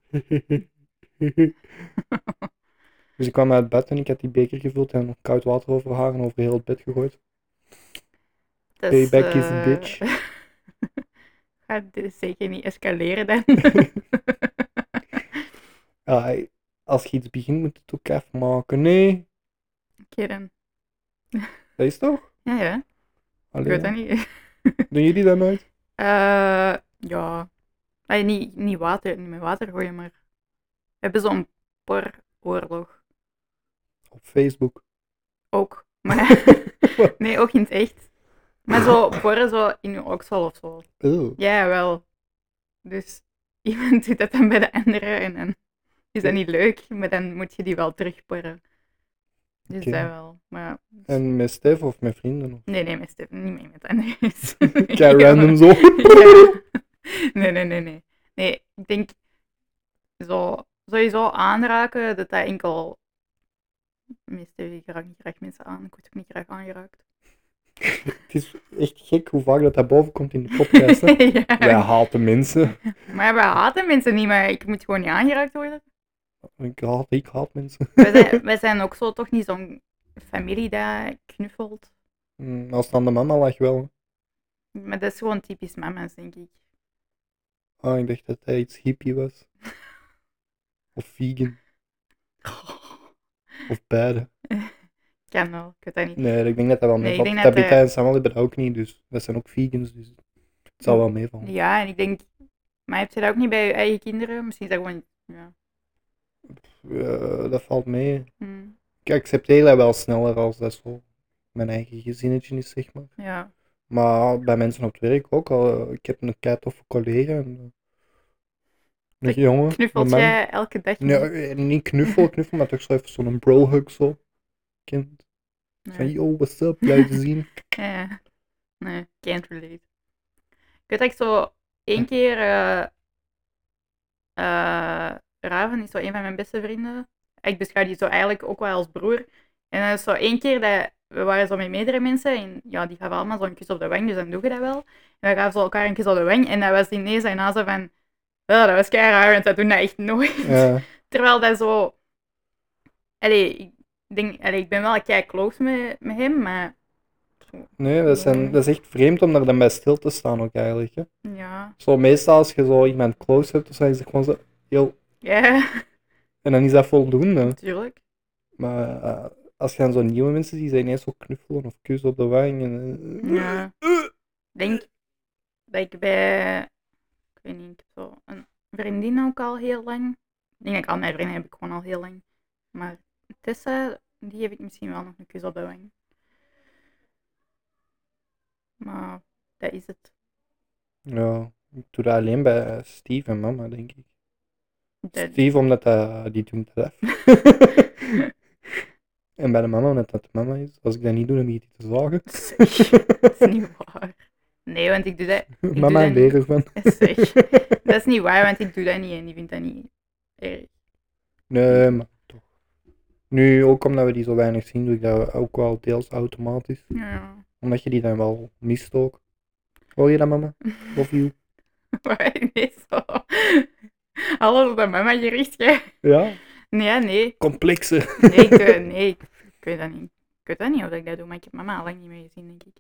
dus ik kwam uit bed en ik had die beker gevuld en nog koud water over haar en over heel het bed gegooid. Dat Payback is a eh, bitch. Gaat dit zeker niet escaleren dan. Ja, hij- als je iets begint, moet je het ook even maken. Nee, Oké dan. dat is toch? Ja, ja. Ik Allee, weet dat niet. Doen jullie dat nooit? Eh, ja. Allee, niet, niet water, niet met water gooien, maar... We hebben zo'n por-oorlog Op Facebook. ook. Maar... nee, ook in het echt. Maar zo porren zo in je oksel of zo. Ew. Ja, wel. Dus iemand doet dat dan bij de andere en dan is dat niet leuk, maar dan moet je die wel terugporren. Dus Oké. dat wel. Maar En met Stef of met vrienden? of- nee, nee, met Stefan, niet mee met anders. Kei random zo. Ja. Nee, nee, nee, nee. Nee, ik denk zo, sowieso aanraken dat dat enkel. Meestal ik raak niet graag mensen aan. Ik word ook niet graag aangeraakt. Het is echt gek hoe vaak dat, dat boven komt in de podcast. hè. Ja. Wij haten mensen. Maar we haten mensen niet, maar ik moet gewoon niet aangeraakt worden. Ik haat, ik haat mensen. Wij zijn, wij zijn ook zo toch niet zo'n familie dat knuffelt. Mm, Als het aan de mama lag wel. Maar dat is gewoon typisch mama's, denk ik. Ah, ik dacht dat hij iets hippie was. Of vegan. Of beide. Kan wel, ik weet dat niet. Nee, ik denk dat dat wel Nee, ik meevalt. denk dat eh, Tabitha hij- en Samuel hebben dat ook niet, dus dat zijn ook vegans, dus het zal wel meevallen. Ja, en ik denk... Maar heb je dat ook niet bij je eigen kinderen? Misschien is dat gewoon... Ja. Eh, dat valt mee. Hm, Ik accepteer dat wel sneller als dat zo mijn eigen gezinnetje is, zeg maar. ja. Maar bij mensen op het werk ook al. eh, Ik heb een kei toffe collega. En, eh, een jongen. een Knuffelt man. jij elke dag Nee, niet? eh, niet knuffel, knuffel, maar toch zo even zo'n bro-hug zo. Kind. Van, Nee. yo, what's up? Blij te zien. Ja. Eh, Nee, can't relate. Ik weet dat ik zo één keer... eh eh, Raven is zo een van mijn beste vrienden. Ik beschouw die zo eigenlijk ook wel als broer. En dat is zo één keer dat... We waren zo met meerdere mensen en ja, die gaven allemaal zo'n kus op de wang, dus dan doe je dat wel. En we gaven zo elkaar een kus op de wang en dat was ineens daarna zo van... "Oh, dat was kei raar, want dat doen dat echt nooit. Ja, Terwijl dat zo. Allee, ik, denk, allee, ik ben wel kei close met, met hem, maar. nee, dat, zijn, dat is echt vreemd om daar dan bij stil te staan ook eigenlijk. Hè. Ja. Zo meestal als je zo iemand close hebt, dan is het gewoon zo, yo. Ja, En dan is dat voldoende. natuurlijk. Maar eh, als je dan zo nieuwe mensen ziet, die ineens zo knuffelen of kussen op de wang. En, eh, Ja. Ik denk dat ik bij, ik weet niet, ik heb zo een vriendin ook al heel lang. Ik denk dat ik al mijn vrienden heb ik gewoon al heel lang. Maar Tessa, die heb ik misschien wel nog een kus op de wang. Maar dat is het. ja, ik doe dat alleen bij eh, Steve en mama, denk ik. Dat- Steve, omdat dat- die doet dat af. en bij de mama, omdat dat de mama is. Als ik dat niet doe, dan begint hij te zagen. Zeg, dat is niet waar. Nee, want ik doe dat. doe mama dat en niet. leren van. Zeg, dat is niet waar, want ik doe dat niet en die vindt dat niet erg. Nee, maar toch. Nu, ook omdat we die zo weinig zien, doe ik dat ook wel deels automatisch. Ja. Omdat je die dan wel mist ook. Hoor je dat, mama? Love you. Maar nee, zo. Alles op de mama gericht, jij. Ja? Nee, nee. Complexe. Nee, ik, eh, nee, ik, ik weet dat niet. Ik weet dat niet of ik dat doe, maar ik heb mama al lang niet meer gezien, denk ik.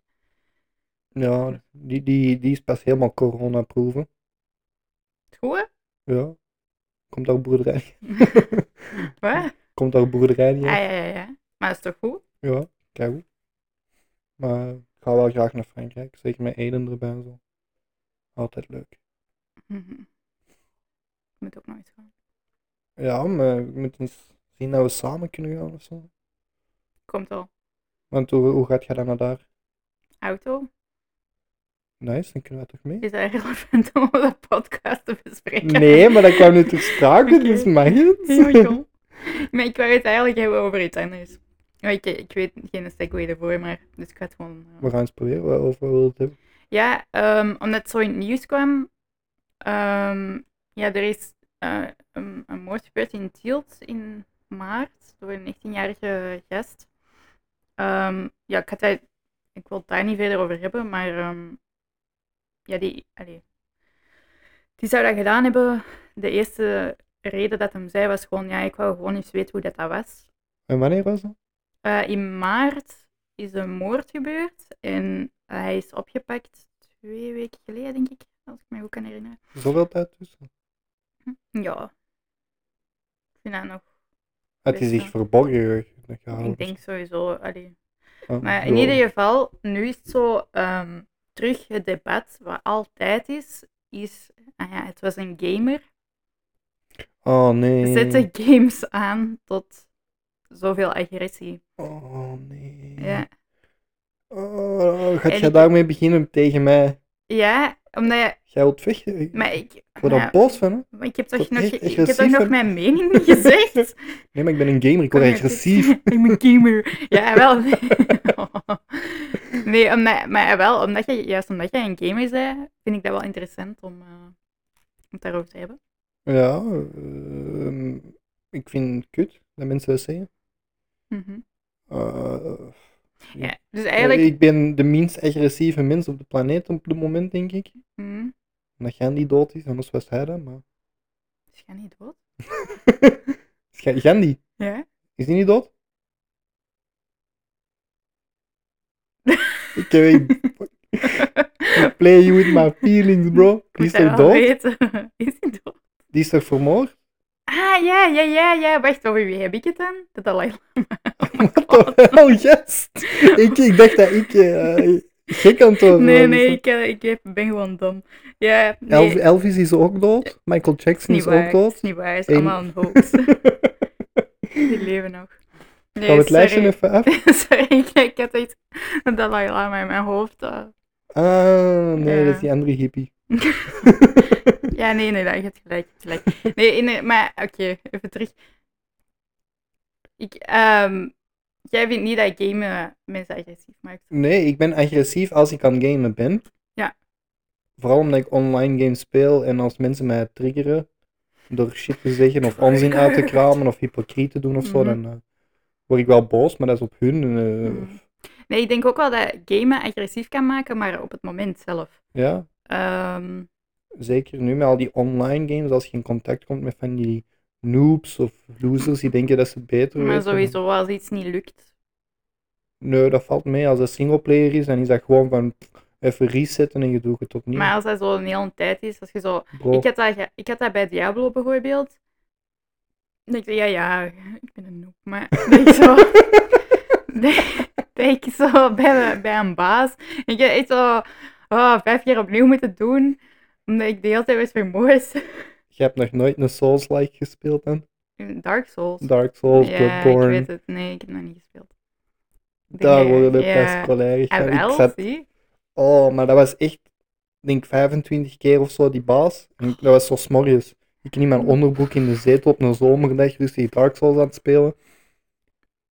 Ja, die, die, die is pas helemaal corona-proeven. Het goeie? Ja. Komt ook boerderij. Wat? Ah, Komt ook boerderij niet. Ja, ja, ja, ja. Maar dat is toch goed? Ja, kijk. Maar ik ga wel graag naar Frankrijk. Zeker met Eden erbij en zo. Altijd leuk. Mhm. Ik moet ook nooit gaan. Ja, maar ik moet eens zien dat we samen kunnen gaan of zo. Komt al. Want hoe, hoe gaat jij dan naar daar? Auto? Nice, dan kunnen we toch mee? Is dat relevant om op de podcast te bespreken? Nee, maar dat kwam nu ter sprake, Oké. dus mag Heel het. cool. Maar ik wou het eigenlijk hebben over iets anders. Maar Ik, ik weet geen segue ervoor, maar dus ik ga het gewoon... eh, We gaan eens proberen wat- over we het hebben. Ja, ehm, omdat het zo in het nieuws kwam. ehm, ja, er is eh, een, een moord gebeurd in Tielt in maart door een 19-jarige gast. Ehm, ja, ik, had daar, ik wil het daar niet verder over hebben, maar ehm, ja, die, allee, die zou dat gedaan hebben. De eerste reden dat hem zei was gewoon, ja, ik wou gewoon eens weten hoe dat, dat was. En wanneer was dat? Eh, in maart is een moord gebeurd en hij is opgepakt twee weken geleden, denk ik, als ik me goed kan herinneren. Zoveel tijd tussen? Ja. Ik vind dat nog, Had hij Best zich wel. verborgen gehouden? ik denk sowieso, allee. Ah, Maar in Oh, ja. ieder geval, nu is het zo ehm, terug het debat, wat altijd is, is, ah ja, het was een gamer. Oh nee. Zet de games aan tot zoveel agressie. Oh nee. Ja. Oh, gaat En jij ik- daarmee beginnen tegen mij? Ja, omdat je, Jij wilt vechten? maar ik, Voor dat ja, bos van hè? maar ik heb toch Wordt nog, echt ik heb toch agressief nog en- mijn mening niet gezegd? Nee, maar ik ben een gamer, ik word agressief. ik ben een gamer. Ja, wel. Nee, omdat, maar wel, omdat je, juist omdat jij een gamer bent, vind ik dat wel interessant om, eh, om het daarover te hebben. Ja, ehm, ik vind het kut dat mensen dat zeggen. Mhm. Eh, ja, dus eigenlijk... Ik ben de minst agressieve mens op de planeet op dit moment, denk ik. Mhm. Omdat Gandhi die dood is, anders was hij dat, maar... Is jij niet dood? Is Ga- Gandhi, Ja? is die niet dood? Ik weet play you with my feelings, bro. Die is Moet toch dat wel dood? weten. Is hij dood? Die is toch vermoord? Ah, ja, ja, ja, ja. Wacht, over wie heb ik het dan? De Dalai What the hell, yes! Ik, ik dacht dat ik eh, gek aan het worden Nee, was. nee, ik, eh, ik heb- ben gewoon dom. Ja, nee, Elv- Elvis is ook dood. Michael is Jackson niet is waar. ook Het is dood. niet waar, het is Eén. allemaal een hoax. Die leven nog. Nee, Gaan we het lijstje sorry. even af? sorry, ik, ik had iets een Dalai Lama in mijn hoofd. eh. Ah, nee, Ja. dat is die andere hippie. Ja, nee, nee, nee, je hebt gelijk. Je hebt gelijk. Nee, nee, maar oké, even terug. Ik, ehm, jij vindt niet dat gamen mensen agressief maakt. Nee, ik ben agressief als ik aan het gamen ben. Ja. Vooral omdat ik online games speel en als mensen mij triggeren door shit te zeggen of onzin uit te kramen of hypocriet te doen of zo, Mhm. dan eh, word ik wel boos, maar dat is op hun. eh, Mhm. Nee, ik denk ook wel dat gamen agressief kan maken, maar op het moment zelf. Ja, Ehm, zeker nu met al die online games, als je in contact komt met van die noobs of losers die denken dat ze beter maar weten, dan- sowieso, als iets niet lukt, Nee, dat valt mee. Als dat singleplayer is, dan is dat gewoon van pff, even resetten en je doet het opnieuw. Maar als dat zo een hele tijd is, als je zo... Bro. Ik had, dat, ge- ik had dat bij Diablo bijvoorbeeld. En ik zei, ja, ja, ik ben een noob, maar... dat ik zo... dat ik zo bij, me- bij een baas. Ik heb echt zo oh, vijf keer opnieuw moeten doen. Omdat ik de hele tijd was vermoeid. Je hebt nog nooit een Souls-like gespeeld dan? In Dark Souls. Dark Souls, ja, ik Bloodborne. weet het. Nee, ik heb nog niet gespeeld. Daar Ja, worden we ja. best collega's En van. Ik wel, zat- zie. Oh, maar dat was echt, denk ik, 25 keer of zo die baas. En ik- dat was zo smorgens. Ik in mijn onderbroek in de zetel op een zomerdag rustig Dark Souls aan het spelen.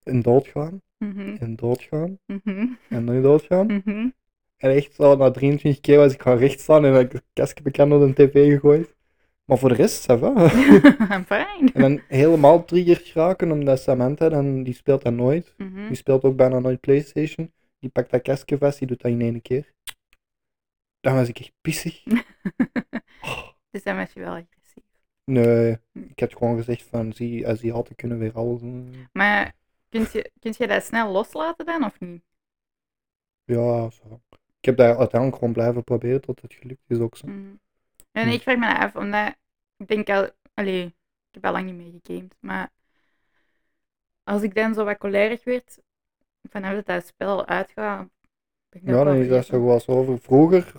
En doodgaan, Mhm, en doodgaan, mhm, en nog doodgaan. mhm. En echt zo, na 23 keer was ik gaan recht staan en heb ik het kastje bekend door de tv gegooid. Maar voor de rest, ça va. Fijn. En dan helemaal triggerd geraken, omdat Samantha, dan, die speelt dat nooit. Mhm. Die speelt ook bijna nooit Playstation. Die pakt dat kastje vast, die doet dat in één keer. Dan was ik echt pissig. Dus dan was je wel agressief. Nee, ik had gewoon gezegd van, zie, als die had, dan kunnen we weer alles doen. Maar kun je, kun je dat snel loslaten dan, of niet? Ja, zo. Ik heb daar uiteindelijk gewoon blijven proberen tot het gelukt is ook zo. Mm. En Hmm. ik vraag me dat af, omdat ik denk al, allee, ik heb al lang niet meer gegamed, maar als ik dan zo wat kolerig werd, vanaf dat dat spel uitgaat, ben ik dat Ja, wel dan is dat vergeten. zo gewoon zo over. Vroeger,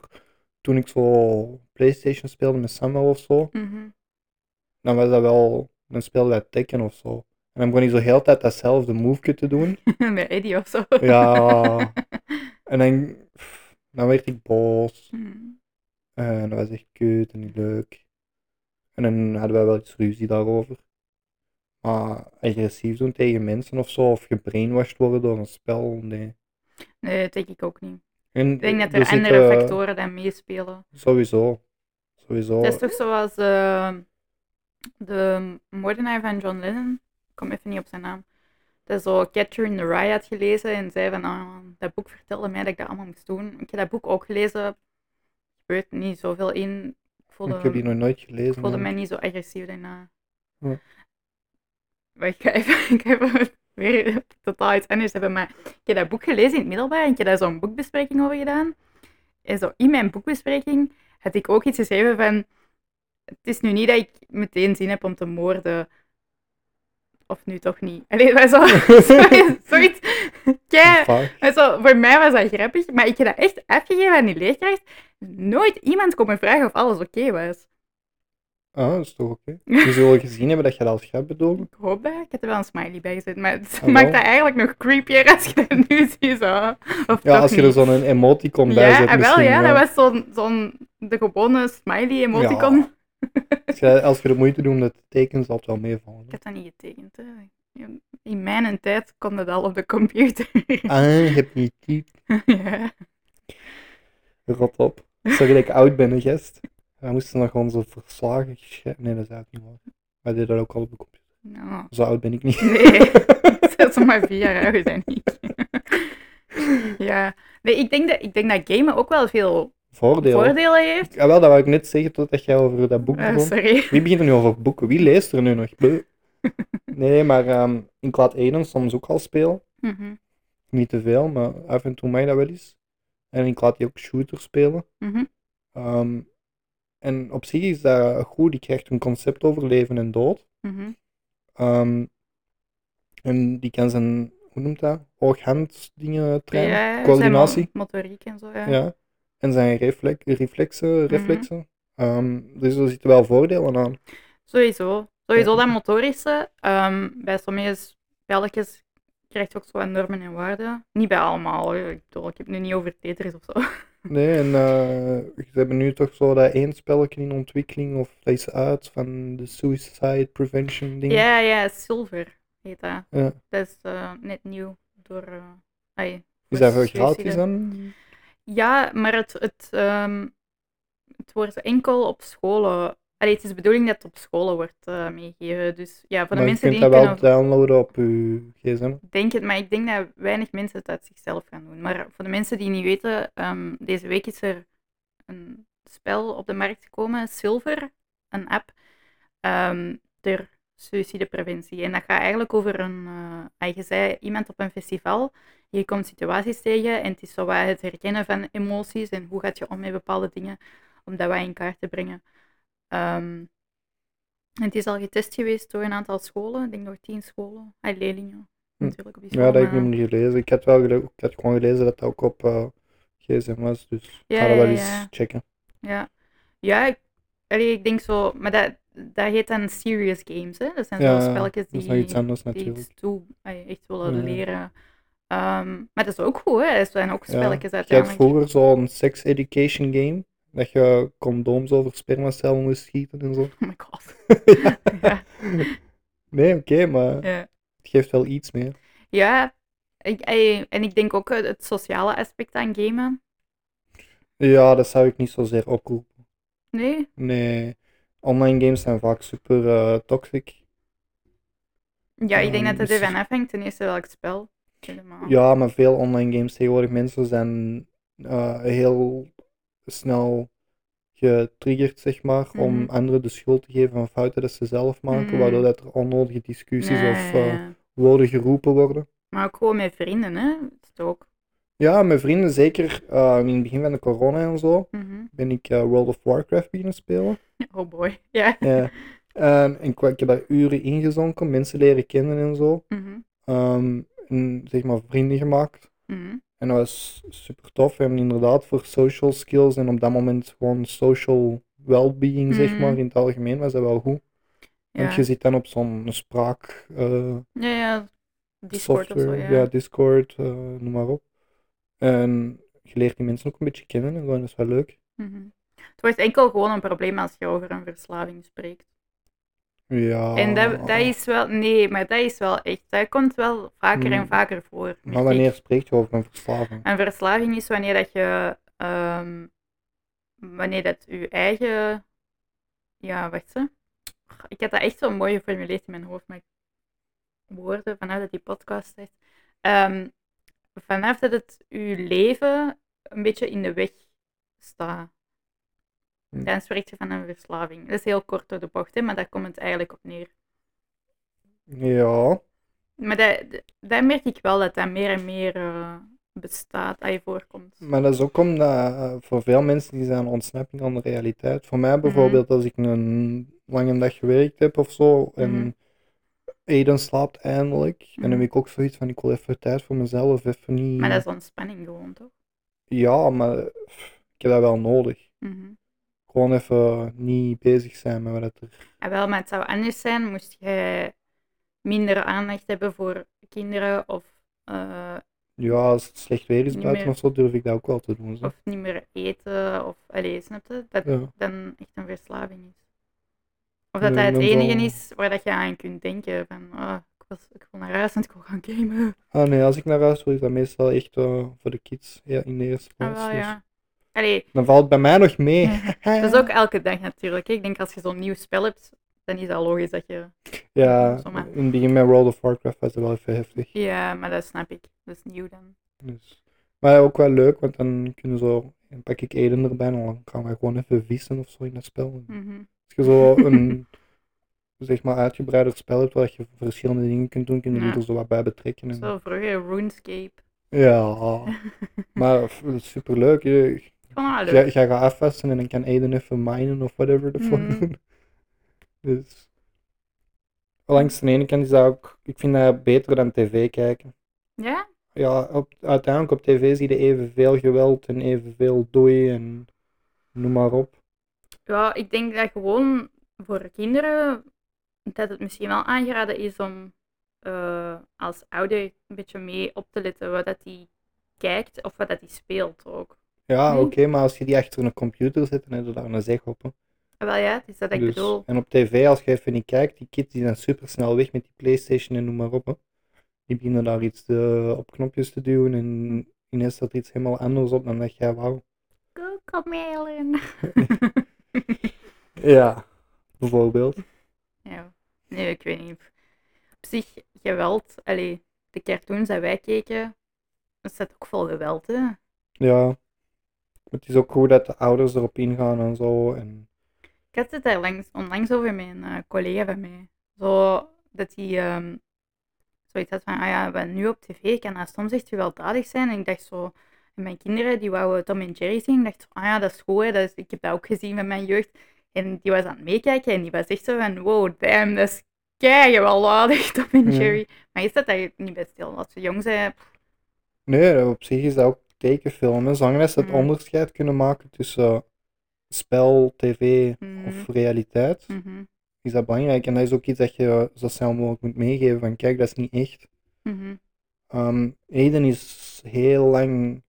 toen ik zo Playstation speelde met Samuel of zo, Mhm. dan was dat wel, dan speelde dat Tekken of zo. En dan begon hij zo heel de tijd datzelfde move te doen. Met Eddie of zo. Ja. En dan, pff, dan werd ik boos. Hmm. Eh, En dat was echt kut en niet leuk. En dan hadden wij wel iets ruzie daarover. Maar agressief doen tegen mensen of zo, of gebrainwashed worden door een spel, nee. Nee, dat denk ik ook niet. En Ik denk dat er er andere zitten- factoren dan meespelen. Sowieso. Sowieso. Dat is toch zoals eh, de moordenaar van John Lennon. Ik kom even niet op zijn naam. Dat zo Catcher in the Rye had gelezen en zei van, ah, dat boek vertelde mij dat ik dat allemaal moest doen. Ik heb dat boek ook gelezen. Er gebeurt niet zoveel in. Ik voelde, Ik heb die nog nooit ik gelezen. voelde man. mij niet zo agressief daarna. Ja. Maar ik ga even, ik ga even weer totaal iets anders hebben. Maar ik heb dat boek gelezen in het middelbaar en ik heb daar zo'n boekbespreking over gedaan. En zo in mijn boekbespreking had ik ook iets geschreven van... Het is nu niet dat ik meteen zin heb om te moorden. Of nu toch niet. Allee, dat was zo... zoiets- Zoiets... Kei- Vaag. en zo, voor mij was dat grappig, maar ik heb dat echt afgegeven aan die leerkracht. Nooit iemand komen vragen of alles oké was. Ah, dat is toch oké. Ze zullen gezien hebben dat je dat als grap bedoelde. Ik hoop dat. Ik heb er wel een smiley bij gezet, maar het Ah, maakt wel. dat eigenlijk nog creepier als je dat nu ziet. Zo. Of Ja, toch als je er niet. zo'n emoticon bij Ja, zet ah, wel, misschien. ja, dat was zo'n, zo'n de gewone smiley emoticon. Ja. Als je, als je de moeite doet om dat te tekenen, zal het wel meevallen. Ik heb dat niet getekend. Hè. In mijn tijd kon dat al op de computer. Ah, je hebt niet diep. ja. Rot op. Sorry dat ik oud ben, hè, gest. We moesten nog onze verslagen geschreven. Nee, dat is eigenlijk niet waar. Wij deden dat ook al op de computer. Nou, Zo oud ben ik niet. nee. Zelfs maar vier jaar ouder zijn ik. ja. Nee, ik denk, dat, ik denk dat gamen ook wel veel Voordeel. voordelen heeft. Ja, wel, dat wou ik net zeggen totdat jij over dat boek Eh, begon. sorry. Wie begint er nu over boeken? Wie leest er nu nog? Bleh. Nee, maar ehm, ik laat Eden soms ook al spelen. Mhm, Niet te veel, maar af en toe mij dat wel eens. En ik laat die ook shooter spelen. mhm, Ehm, en op zich is dat goed. Die krijgt een concept over leven en dood. mhm. Ehm, en die kan zijn, hoe noemt dat? Oog-hand dingen trainen. Ja, zijn coördinatie. mo- motoriek en zo, ja. Ja. En zijn reflex, Mhm. reflexen. reflexen. Ehm, dus er zitten wel voordelen aan. Sowieso. Sowieso Ja. dat motorische. ehm, bij sommige spelletjes krijg je ook zo wat normen en waarden. Niet bij allemaal hoor. Ik bedoel, ik heb het nu niet over Tetris of zo. Nee, en eh, ze hebben nu toch zo dat één spelletje in ontwikkeling, of dat is uit, van de suicide prevention ding. Ja, ja, Silver heet dat. Ja. Dat is eh, net nieuw door... eh, ai, Is voor dat wel gratis suicide. dan? Ja, maar het, het, ehm, het wordt enkel op scholen... Allee, het is de bedoeling dat het op scholen wordt eh, meegegeven. Dus ja, voor de Maar je mensen kunt die dat niet wel kunnen downloaden op je gsm. denk het, maar ik denk dat weinig mensen het uit zichzelf gaan doen. Maar voor de mensen die niet weten, ehm, deze week is er een spel op de markt gekomen, Silver, een app, ehm, ter suïcidepreventie. En dat gaat eigenlijk over een, eh, ah, je zei, iemand op een festival, je komt situaties tegen en het is zo wat het herkennen van emoties en hoe gaat je om met bepaalde dingen, om dat wat in kaart te brengen. Ehm, en het is al getest geweest door een aantal scholen, ik denk door tien scholen, ah, leerlingen. Hm. natuurlijk op die school. Ja, dat heb ik maar- niet meer gelezen. Ik had, wel gele- ik had gewoon gelezen dat dat ook op eh gsm was, dus ik Ja, ga dat ja, wel eens ja. checken. Ja, ja ik, allee, ik denk zo, maar dat, dat heet dan serious games, hè? Dat zijn Ja, zo spelletjes Dat is die, nog iets die anders natuurlijk. iets toe, allee, echt willen Ja. leren. Ehm, maar dat is ook goed, hè? Dat zijn ook Ja, spelletjes Je had uiteindelijk. vroeger zo'n sex education game, dat je condooms over spermacellen moest schieten en zo. Oh my god. Ja. Ja. Nee, oké, maar Ja. het geeft wel iets meer. Ja, ik, eh, en ik denk ook het, het sociale aspect aan gamen. Ja, dat zou ik niet zozeer oproepen. Nee? Nee, online games zijn vaak super eh, toxic. Ja, ik denk Ehm, dat het dus- ervan afhangt ten eerste welk spel. Helemaal. Ja, maar veel online games tegenwoordig, mensen zijn eh, heel snel getriggerd, zeg maar, om Mhm. anderen de schuld te geven van fouten dat ze zelf maken, Mm. waardoor dat er onnodige discussies Nee, of eh, ja. woorden geroepen worden. Maar ook gewoon met vrienden, hè? Dat is het ook. Ja, mijn vrienden, zeker eh, in het begin van de corona en zo, Mhm. ben ik eh, World of Warcraft beginnen spelen. Oh boy. Ja. Ja. En, en ik ik heb daar uren ingezonken, mensen leren kennen en zo. Mhm. Ehm, en zeg maar vrienden gemaakt. Mhm. En dat was super tof. En inderdaad, voor social skills en op dat moment gewoon social well-being, zeg Mhm. maar, in het algemeen was dat wel goed. Want Ja. je zit dan op zo'n spraak, eh, Ja, ja. Discord of software, zo, ja. ja. Discord, eh, noem maar op. En je leert die mensen ook een beetje kennen en gewoon, dat is wel leuk. Mhm. Het wordt enkel gewoon een probleem als je over een verslaving spreekt. Ja. En dat, dat is wel, nee, maar dat is wel echt, dat komt wel vaker en Mm. vaker voor. merk Maar ik. wanneer spreek je over een verslaving? Een verslaving is wanneer dat je, ehm, wanneer dat je eigen, ja, wacht ze. Ik had dat echt zo mooi geformuleerd in mijn hoofd, maar ik- woorden vanuit dat die podcast zegt. Ehm, vanaf dat het je leven een beetje in de weg staat. Hm. Dan spreek je van een verslaving. Dat is heel kort door de bocht, hè, maar daar komt het eigenlijk op neer. Ah. Ja. Maar dat, dat merk ik wel, dat dat meer en meer eh, bestaat, dat je voorkomt. Maar dat is ook omdat eh, voor veel mensen die zijn ontsnapping aan de realiteit. Voor mij bijvoorbeeld, als ik een lange dag gewerkt heb of zo Mhm. en Aiden slaapt eindelijk, dan heb Mhm. ik ook zoiets van: ik wil even tijd voor mezelf, even niet. Maar dat is ontspanning gewoon, toch? Ja, maar pff, ik heb dat wel nodig. Mhm. Gewoon even niet bezig zijn met wat dat er. Ah, wel, maar het zou anders zijn moest je minder aandacht hebben voor kinderen of, eh, Ja, als het slecht weer is Niet buiten meer. of zo, durf ik dat ook wel te doen. Zo. of niet meer eten of allee, snap je? Dat Ja. dan echt een verslaving is. Of dat dat Nee, het dan enige wel. is waar dat je aan kunt denken van ah, ik, was, ik wil naar huis en ik wil gaan gamen. Ah nee, als ik naar huis wil, is dat meestal echt eh, voor de kids ja, in de eerste Ah, plaats. wel, dus ja. Allee, Dan valt het bij mij nog mee. dat is ook elke dag natuurlijk. hè. Ik denk als je zo'n nieuw spel hebt, dan is dat logisch dat je... Ja, Zomaar. in het begin met World of Warcraft was het wel even heftig. Ja, maar dat snap ik. Dat is nieuw dan. Dus. Maar ook wel leuk, want dan kunnen zo. Dan pak ik Eden erbij en dan gaan wij gewoon even vissen of zo in dat spel. Mhm. Als je zo een zeg maar uitgebreider spel hebt waar je verschillende dingen kunt doen, kun je die Ja. er zo wat bij betrekken. En... Zo vroeger RuneScape. Ja, maar f- superleuk. Je, Gewoon wel leuk. jij, jij gaat afvasten en dan kan Eden even minen of whatever ervoor Mhm. doen. Dus. Langs de ene kant is dat ook. Ik vind dat beter dan tv kijken. Ja? ja, op, uiteindelijk op tv zie je evenveel geweld en evenveel dooi en noem maar op. Ja, ik denk dat gewoon voor kinderen dat het misschien wel aangeraden is om eh, als ouder een beetje mee op te letten wat dat die kijkt of wat dat die speelt ook. Ja, Nee. oké, maar als je die achter een computer zet, dan heb je daar een zeg op. hè. Ah, Wel ja, het is dat ik Dus- bedoel. En op tv, als je even niet kijkt, die kids die zijn super snel weg met die Playstation en noem maar op. hè. Die beginnen daar iets eh, op knopjes te duwen en ineens staat er iets helemaal anders op dan dat jij wou. Kokomelen. Ja. Bijvoorbeeld. ja. Nee, ik weet niet. Op zich, geweld. Allee, de cartoons dat wij keken, dat staat ook vol geweld, hè. Ja. Het is ook goed dat de ouders erop ingaan en zo. En Ik had het daar langs, onlangs over met een eh, collega van mij. Zo, dat hij ehm, zoiets had van, ah ja, wat nu op tv kan dat soms echt gewelddadig zijn. En ik dacht zo, en mijn kinderen die wouden Tom en Jerry zien. Ik dacht zo, ah ja, dat is goed, hè, dat is, ik heb dat ook gezien van mijn jeugd. En die was aan het meekijken en die was echt zo van, wow, damn, dat is kei gewelddadig, Tom en Ja. Jerry. Maar je staat daar niet bij stil, als ze jong zijn. pff, Nee, op zich is dat ook tekenfilm. Hè. Zolang dat ze het Mm. onderscheid kunnen maken tussen eh, spel, tv mhm, of realiteit, mhm, is dat belangrijk. En dat is ook iets dat je zo snel mogelijk moet meegeven. Van kijk, dat is niet echt. mhm. Ehm Eden is heel lang,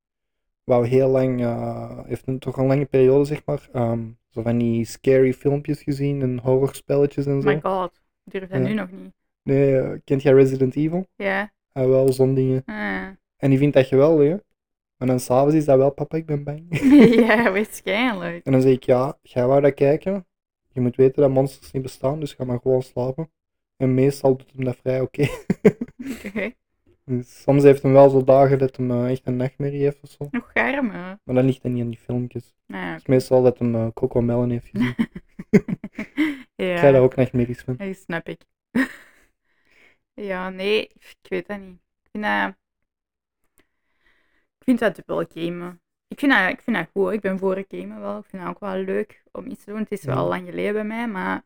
wou heel lang, eh, heeft een, toch een lange periode zeg maar, ehm, zo van die scary filmpjes gezien en horrorspelletjes en zo. My god, durf dat Ja. nu nog niet. Nee, eh, kent jij Resident Evil? Ja. Ah, wel, zo'n dingen. ah. En die vindt dat geweldig, hè? Maar dan s'avonds is dat wel, papa, ik ben bang. ja, waarschijnlijk. En dan zeg ik, ja, ga maar dat kijken. Je moet weten dat monsters niet bestaan, dus ga maar gewoon slapen. En meestal doet hem dat vrij oké. Oké. Dus soms heeft hem wel zo dagen dat hem eh, echt een nachtmerrie heeft of zo. Nog garmen. Maar dat ligt dan niet aan die filmpjes. Ah, Het is meestal dat hem eh, Coco Melon heeft gezien. Ik krijg daar ja, ook nachtmerries van. dat snap ik. ja, nee, ik weet dat niet. Ik vind dat... Ik vind dat dubbel gamen. Ik vind, dat, ik vind dat goed, hoor. ik ben voor het gamen wel. Ik vind dat ook wel leuk om iets te doen. Het is wel Ja. lang geleden bij mij, maar...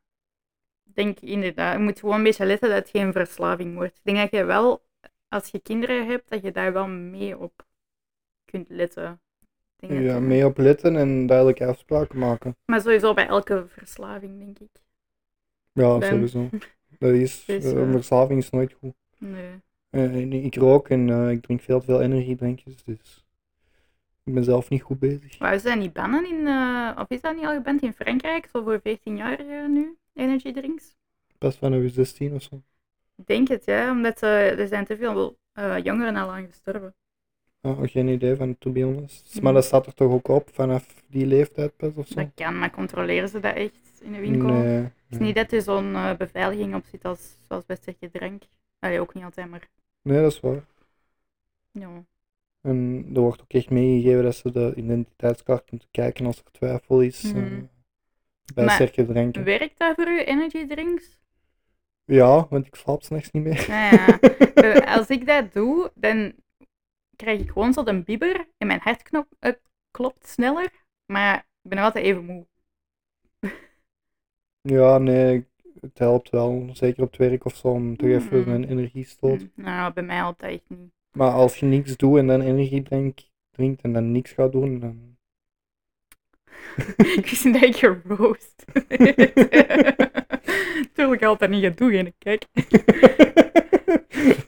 Ik denk inderdaad, je moet gewoon een beetje letten dat het geen verslaving wordt. Ik denk dat je wel, als je kinderen hebt, dat je daar wel mee op kunt letten. Ik denk dat Ja, dat- mee op letten en duidelijke afspraken maken. Maar sowieso bij elke verslaving, denk ik. Ja, Ben. sowieso. Dat is, Dus, eh, eh, verslaving is nooit goed. Nee. Eh, en ik rook en eh, ik drink veel, veel energiedrankjes, dus ik ben zelf niet goed bezig. Maar is dat niet bannen in, eh, of is dat niet al geband in Frankrijk, zo voor 14-jarigen nu, energy drinks? Pas vanaf je 16 of zo. Ik denk het, ja, omdat eh, er zijn te veel eh, jongeren al aan gestorven. Ah, geen idee van, to be honest. Maar Mhm. dat staat er toch ook op, vanaf die leeftijd pas of zo? Dat kan, maar controleren ze dat echt in de winkel? Nee, Het is nee. niet dat er zo'n eh, beveiliging op zit als, zoals bij sterke drank. Allee, ook niet altijd, maar Nee, dat is waar. ja. En er wordt ook echt meegegeven dat ze de identiteitskaart moeten kijken als er twijfel is. Mhm. eh, bij Maar- sterke drinken. Werkt dat voor u, energy drinks? Ja, want ik slaap s'nachts niet meer. Nou ja. Eh, als ik dat doe, dan krijg ik gewoon zo'n bieber en mijn hart knop, eh, klopt sneller, maar ik ben nog altijd even moe. Ja, nee, het helpt wel. Zeker op het werk of zo, om toch even Mhm. een energiestoot. Hm, Nou, bij mij altijd echt niet. Maar als je niks doet en dan energie drinkt, drinkt en dan niks gaat doen, dan... ik wist niet dat ik geroost Tuurlijk altijd niet, je doet geen kijk.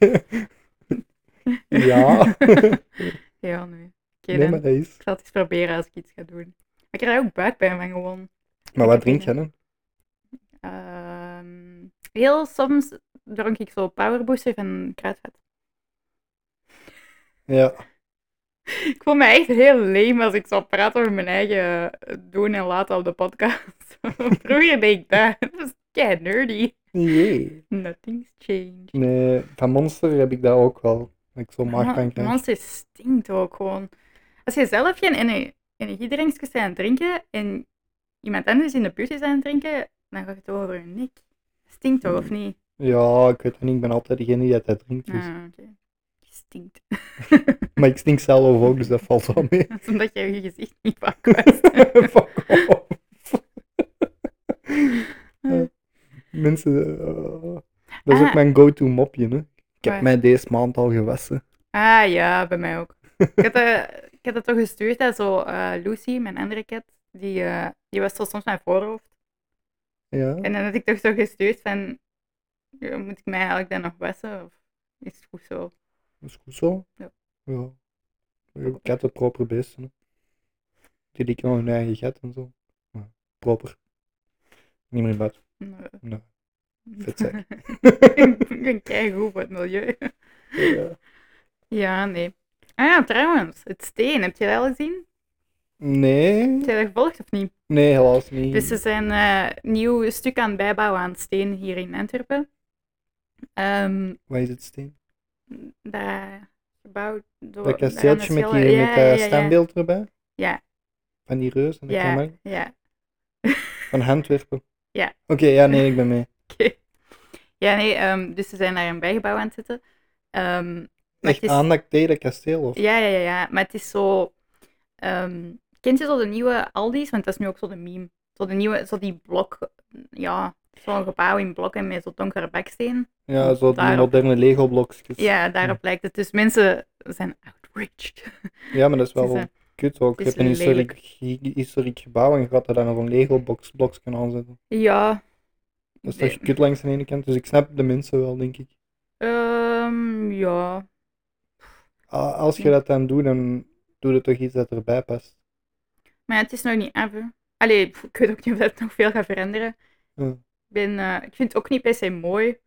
ja, Ja, nee. Oké nee, dan. maar dat is... Ik zal het eens proberen als ik iets ga doen. Maar ik krijg ook buikpijn van gewoon. Maar wat drink jij dan? Ehm, heel soms dronk ik zo powerbooster van kruidvat. Ja, Ik voel me echt heel leem als ik zou praten over mijn eigen eh, doen en laten op de podcast. Vroeger deed ik dat. Dat was kei nerdy. jee. Nothing's changed. Nee, van Monster heb ik dat ook wel. Dat ik zo Maar maagpijn krijg. Monster stinkt ook gewoon. Als je zelf geen ener- energiedrankjes bent aan het drinken en iemand anders in de buurt is aan het drinken, dan gaat het over hun nek. Stinkt toch, of niet? Ja, ik weet het niet. Ik ben altijd degene die dat drinkt. dus. Ah, oké. Stinkt. Maar ik stink zelf ook, dus dat valt wel mee. Dat is omdat je je gezicht niet pak was. Fuck off. Eh, Mensen, eh, dat is ook Ah. mijn go-to mopje. Hè? Ik heb Waar? mij deze maand al gewassen. Ah ja, bij mij ook. Ik had, eh, ik had het toch gestuurd dat zo eh, Lucy, mijn andere kat, die, eh, die was zo soms mijn voorhoofd. Ja. En dan had ik toch zo gestuurd van, ja, moet ik mij eigenlijk dan nog wassen? Of is het goed zo? Dat is goed zo. Ja. ja. Ik had het proper beest. hè. Die likken nog hun eigen gat en zo. Maar proper. Niet meer in bed. Nee. Nee. Vetzak. ik ben keigoed voor het milieu. Ja. Ja, nee. Ah ja, trouwens, het steen, heb je dat al gezien? Nee. Heb je dat gevolgd of niet? Nee, helaas niet. Dus ze zijn eh, nieuw stuk aan het bijbouwen aan steen hier in Antwerpen. Ehm, Waar is het steen? dat gebouw... door- Dat daar aan kasteeltje de met, die, schilder- met eh, dat ja, ja, ja, standbeeld erbij? Ja. Van die reus en de ja, kamer? ja. Van handwerpen? Ja. Oké, ja, nee, ik ben mee. Oké. Ja, nee, ehm, dus ze zijn daar een bijgebouw aan het zetten. Ehm, maar Echt het is- aan dat tegen dat kasteel, of? Ja, ja, ja, ja. Maar het is zo. ehm kent je zo de nieuwe Aldi's? Want dat is nu ook zo de meme. Zo de nieuwe, zo die blok. Ja, Zo'n gebouw in blokken met zo'n donkere baksteen. Ja, zo die Daarop. moderne Lego-blokjes. Ja, daarop lijkt het. Dus mensen zijn outraged. Ja, maar dat is Het wel is, eh, kut ook. Je het hebt is een lelijk. historiek, hi- historiek gebouw en je gaat daar dan zo'n Lego-blokjes kan aanzetten. Ja. Dat is toch kut langs de ene kant. Dus ik snap de mensen wel, denk ik. Ehm, ja. A- Als je Ja. dat dan doet, dan doe je toch iets dat erbij past. Maar ja, het is nog niet af. hè. Allee, pff, ik weet ook niet of dat nog veel gaat veranderen. Ja. Ik, ben, eh, ik vind het ook niet per se mooi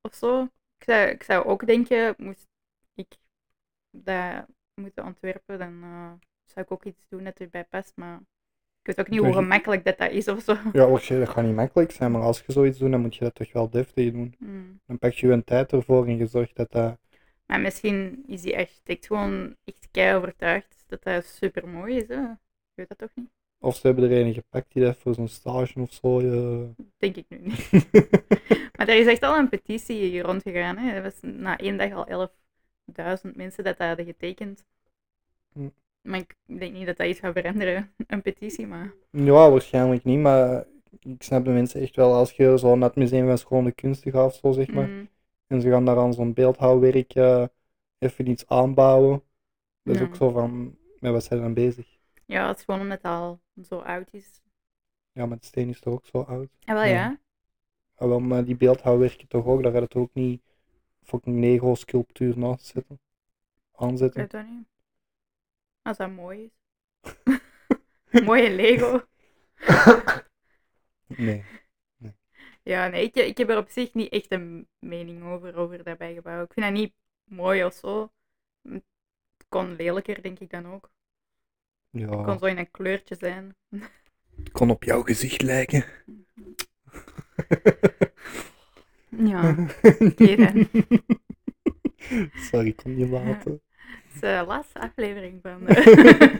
of zo. Ik zou, ik zou ook denken, moest ik dat moeten ontwerpen, dan eh, zou ik ook iets doen dat erbij past. Maar ik weet ook niet hoe Doe je- gemakkelijk dat, dat is of zo. Ja, waarschijnlijk dat gaat niet makkelijk zijn, maar als je zoiets doet, dan moet je dat toch wel deftig doen. Hmm. Dan pak je je tijd ervoor en je zorgt dat dat... Maar misschien is die architect gewoon echt kei overtuigd dat dat super mooi is. Hè? Ik weet dat toch niet? Of ze hebben er een gepakt die dat voor zo'n stage of zo... eh, Denk ik nu niet. Maar er is echt al een petitie hier rondgegaan. Hè? Er was na één dag al 11.000 mensen dat dat hadden getekend. Hm. Maar ik denk niet dat dat iets gaat veranderen. Een petitie, maar. ja, waarschijnlijk niet, maar ik snap de mensen echt wel. Als je zo naar het Museum van Schone Kunsten gaat of zo, zeg maar, mm, en ze gaan daar aan zo'n beeldhouwwerk eh, even iets aanbouwen, dat is Ja. ook zo van, met wat zijn ze dan bezig? ja, het is gewoon omdat het al zo oud is. Ja, maar de steen is toch ook zo oud? Ah, wel Ja. ja. Ah, wel, maar die beeldhouwwerken toch ook, daar gaat het ook niet fucking Lego-sculptuur naast zetten. Ik Aanzetten. weet dat niet. Als dat mooi is. Mooie Lego. Nee. Ja, nee, ik, ik heb er op zich niet echt een mening over, over dat bijgebouw. Ik vind dat niet mooi of zo. Hm, Het kon lelijker, denk ik dan ook. Het Ja, kon zo in een kleurtje zijn. kon op jouw gezicht lijken. Ja, oké dan. Sorry, ik kon niet laten. Het is de laatste aflevering van... eh, de-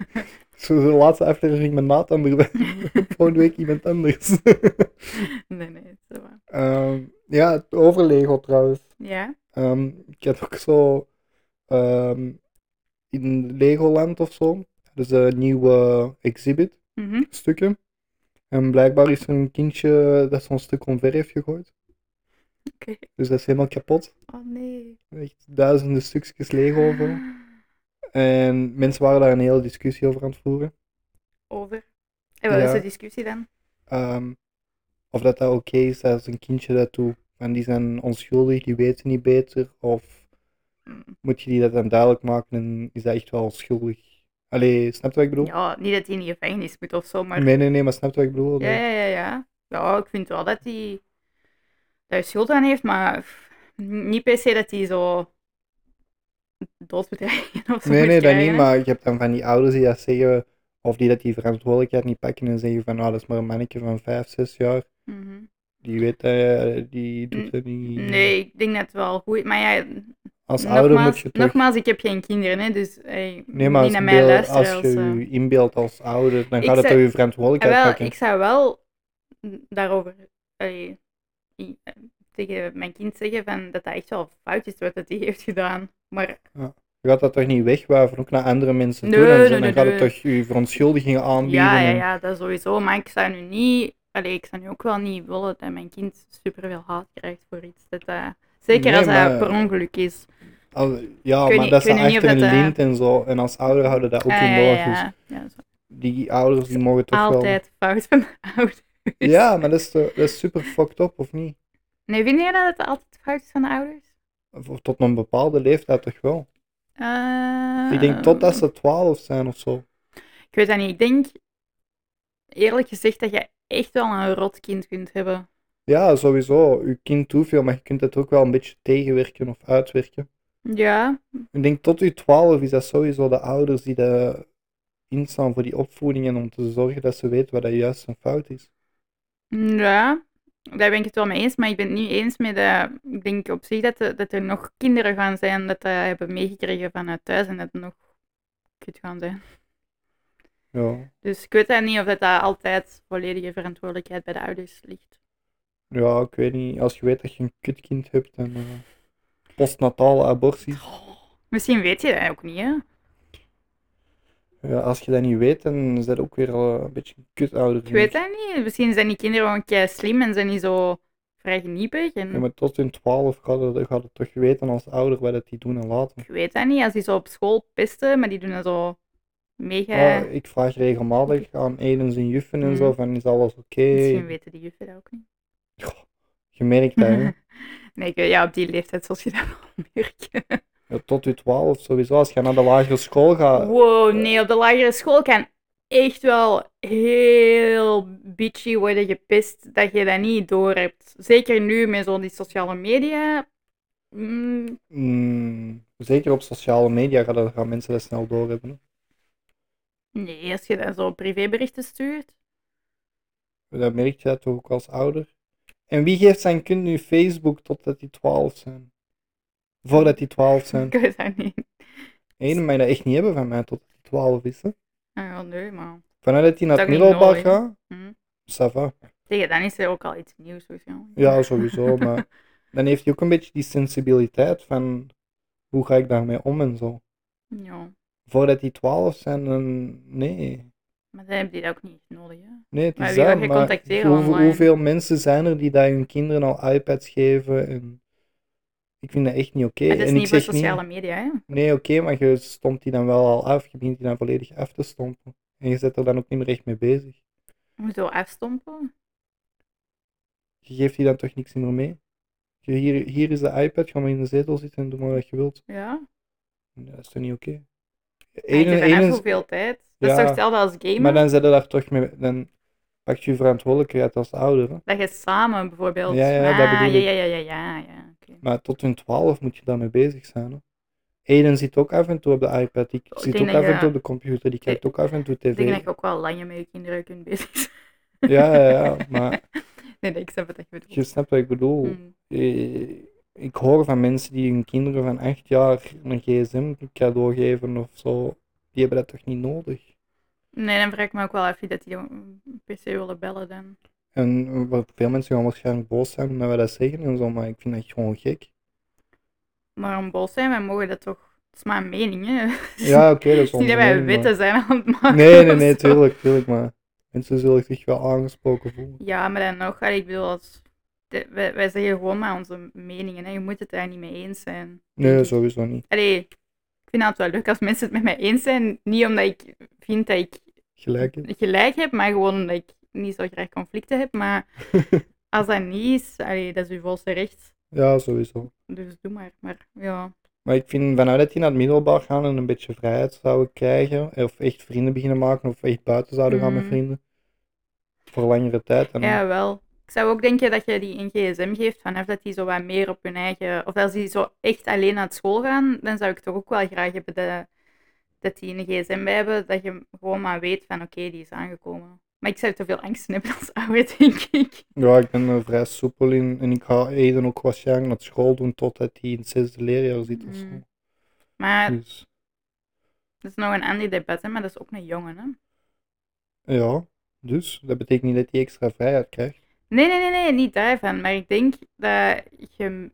Zo, de laatste aflevering met Naat anders. Volgende week iemand anders. nee, nee, het is wel... Ehm, ja, het over Lego trouwens. Ja? Ehm, ik had ook zo ehm, in Legoland of zo, dus een nieuwe exhibit Mhm. stukken. En blijkbaar is er een kindje dat zo'n stuk omver heeft gegooid. Oké. Dus dat is helemaal kapot. Oh nee. Echt duizenden stukjes Lego of zo. En mensen waren daar een hele discussie over aan het voeren. Over. En wat Ja. is de discussie dan? Ehm, of dat dat oké is als een kindje dat doet. En die zijn onschuldig, die weten niet beter. Of Mm. moet je die dat dan duidelijk maken en is dat echt wel schuldig? Allee, snap je wat ik bedoel? Ja, niet dat hij in de gevangenis moet of zo, maar... Nee, nee, nee, maar snap je wat ik bedoel? Ja, ja, ja, ja. Ja, ik vind wel dat hij daar schuld aan heeft, maar pff, niet per se dat hij zo doodbedreiging of zo Nee, moet nee, dat krijgen, niet, hè. maar je hebt dan van die ouders die dat zeggen, of die dat die verantwoordelijkheid niet pakken en zeggen van, nou, dat is maar een mannetje van 5, 6 jaar, Mhm. die weet dat, eh, die doet N- dat niet. Nee, ik denk dat het wel goed is, maar ja, Als ouder moet nogmaals, je toch... nogmaals, ik heb geen kinderen, hè, dus hey, Nee, maar niet als, naar je mij beeld- luisteren. als Als, je eh, je inbeeldt als ouder, dan Ik gaat het zou- toch je Ah, verantwoordelijkheid wel, pakken. ik zou wel daarover eh, i- eh, tegen mijn kind zeggen van dat dat echt wel fout is wat dat hij heeft gedaan. Maar Je gaat dat toch niet wegwuiven, ook naar andere mensen Nee, toe. Dan, nee, dan nee, gaat nee. het toch je verontschuldigingen aanbieden. Ja, ja, en- ja, dat sowieso. Maar ik zou nu niet, allee, ik zou nu ook wel niet willen dat mijn kind superveel haat krijgt voor iets. Dat, dat- zeker Nee, als dat maar- per ongeluk is. Al- ja, Ik weet maar niet- dat ik is weet niet echt of een dat, eh, lint en zo. En als ouder houden dat ook Ah, in ja, de ja, oog. Dus ja. Ja, dat is die ouders die mogen toch wel... altijd fout van de ouders. Ja, maar dat is, toch- dat is super fucked up, of niet? Nee, vind jij dat het altijd fout is van de ouders? Of, of tot een bepaalde leeftijd toch wel? Eh, Ik denk totdat ze 12 zijn of zo. Ik weet dat niet. Ik denk, eerlijk gezegd, dat je echt wel een rot kind kunt hebben. Ja, sowieso. Je kind toeveel, maar je kunt dat ook wel een beetje tegenwerken of uitwerken. Ja, Ik denk tot u 12 is dat sowieso de ouders die daar instaan voor die opvoeding en om te zorgen dat ze weten wat dat juist en fout is. ja. Daar ben ik het wel mee eens, maar ik ben het niet eens met dat. Ik denk op zich dat, er- dat er nog kinderen gaan zijn dat dat hebben meegekregen vanuit thuis en dat het nog kut gaan zijn. Ja, Dus ik weet dat niet of dat, dat altijd volledige verantwoordelijkheid bij de ouders ligt. ja ik weet niet. Als je weet dat je een kutkind hebt en eh postnatale aborties. Misschien weet je dat ook niet, hè? Ja, als je dat niet weet, dan is dat ook weer eh, een beetje een kutouder. Ik weet dat niet. Misschien zijn die kinderen gewoon kei slim en zijn niet zo vrij geniepig. En Ja, maar tot in 12 gaat het, gaat het toch weten als ouder wat het die doen en laten. Ik weet dat niet, als die zo op school pisten, maar die doen dat zo mega... Maar ik vraag regelmatig aan Eden zijn juffen en Mm. zo van is alles oké? Misschien weten die juffen dat ook niet. Goh, Je merkt dat, hè? nee, ik weet- ja, op die leeftijd zult je dat wel merken. Ja, tot je 12 sowieso. Als je naar de lagere school gaat, wow, nee, op de lagere school kan echt wel heel bitchy worden gepist dat je dat niet door hebt. Zeker nu met zo'n die sociale media. Mm, mm, zeker op sociale media, gaan, dat- gaan mensen dat snel doorhebben. hè. nee, als je dan zo privéberichten stuurt. Dat merk je dat toch ook als ouder. En wie geeft zijn kind nu Facebook totdat die 12 zijn? Voordat die 12 zijn. Ik weet dat niet. Eden mag dat echt niet hebben van mij totdat die 12 is. Hè? Ah, ja, nee, maar... Vanuit dat hij naar Dat het is ook niet middelbaar nodig. gaat, Hm. ça va. Tegen dan is er ook al iets nieuws. sowieso. Ja, sowieso, maar dan heeft hij ook een beetje die sensibiliteit van hoe ga ik daarmee om en zo. ja, Voordat die 12 zijn, dan nee. maar dan heb je dat ook niet nodig, hè. Nee, het Maar is wie dat, gaat je maar contacteren hoeveel- online? hoeveel mensen zijn er die daar hun kinderen al iPads geven en ik vind dat echt niet oké. Maar dat is En ik niet voor zeg niet, sociale media, hè. nee oké, maar je stompt die dan wel al af, je begint die dan volledig af te stompen. En je zit er dan ook niet meer echt mee bezig. Hoezo afstompen? Je geeft die dan toch niks meer mee? Je, hier, hier is de iPad, ga maar in de zetel zitten en doe maar wat je wilt. Ja. Dat is toch niet oké? En je Ene- bent af ene- hoeveel tijd? Dat Ja. is toch hetzelfde als gamen? maar dan zet je daar toch mee. Dan pak je je verantwoordelijkheid als ouder. hè. Dat je samen bijvoorbeeld... Ja, ja, dat Ah, bedoel ik. ja, ja, ja, ja, ja. oké. Maar tot hun 12 moet je daarmee bezig zijn. Hè? Eden zit ook af en toe op de iPad. Ik Ik zit denk ook dat af en je- toe op de computer. Die kijkt ook af en toe Ik denk dat tv. je ook wel langer met je kinderen kunt bezig zijn. Ja, ja, ja. Maar Nee, nee, ik snap wat je bedoelt. je snapt wat ik bedoel. Mm. Eh, Ik hoor van mensen die hun kinderen van 8 jaar een gsm cadeau geven of zo. Die hebben dat toch niet nodig? Nee, dan vraag ik me ook wel af wie dat die dan per se willen bellen dan. En eh, wat- veel mensen gaan waarschijnlijk boos zijn omdat wij dat zeggen en zo, maar ik vind dat gewoon gek. Maar om bol zijn, wij mogen dat toch... Het is maar een mening, hè. Ja, oké, dat is Het is niet dat wij onderneming, maar- witte zijn aan het maken. Nee, nee, of nee, zo. tuurlijk, tuurlijk, maar mensen zullen zich wel aangesproken voelen. Ja, maar dan nog, allee, ik bedoel, als, de- wij, wij zeggen gewoon maar onze meningen. Hè. Je moet het daar niet mee eens zijn. Nee, sowieso niet. Allee, ik vind het wel leuk als mensen het met mij eens zijn. Niet omdat ik vind dat ik Gelijk. hè? gelijk heb, maar gewoon omdat ik niet zo graag conflicten heb. Maar als dat niet is, allee, dat is uw volste recht. Ja, sowieso. Dus doe maar. Maar ja, Maar ik vind, vanuit dat die naar het middelbaar gaan en een beetje vrijheid zouden krijgen, of echt vrienden beginnen maken, of echt buiten zouden gaan met Mhm. vrienden, voor langere tijd. En, ja wel. Ik zou ook denken dat je die een gsm geeft vanaf dat die zo wat meer op hun eigen... Of als die zo echt alleen naar school gaan, dan zou ik toch ook wel graag hebben dat, dat die een gsm bij hebben. Dat je gewoon maar weet van oké, die is aangekomen. Maar ik zou te veel angst hebben als ouder, denk ik. ja, ik ben er vrij soepel in en ik ga Eden ook waarschijnlijk naar school doen totdat hij in het zesde leerjaar zit of zo. Mhm. Maar Dus, dat is nog een ander debat, hè, maar dat is ook een jongen. Hè? ja, dus dat betekent niet dat hij extra vrijheid krijgt. Nee, nee, nee, nee, niet daarvan. Maar ik denk dat je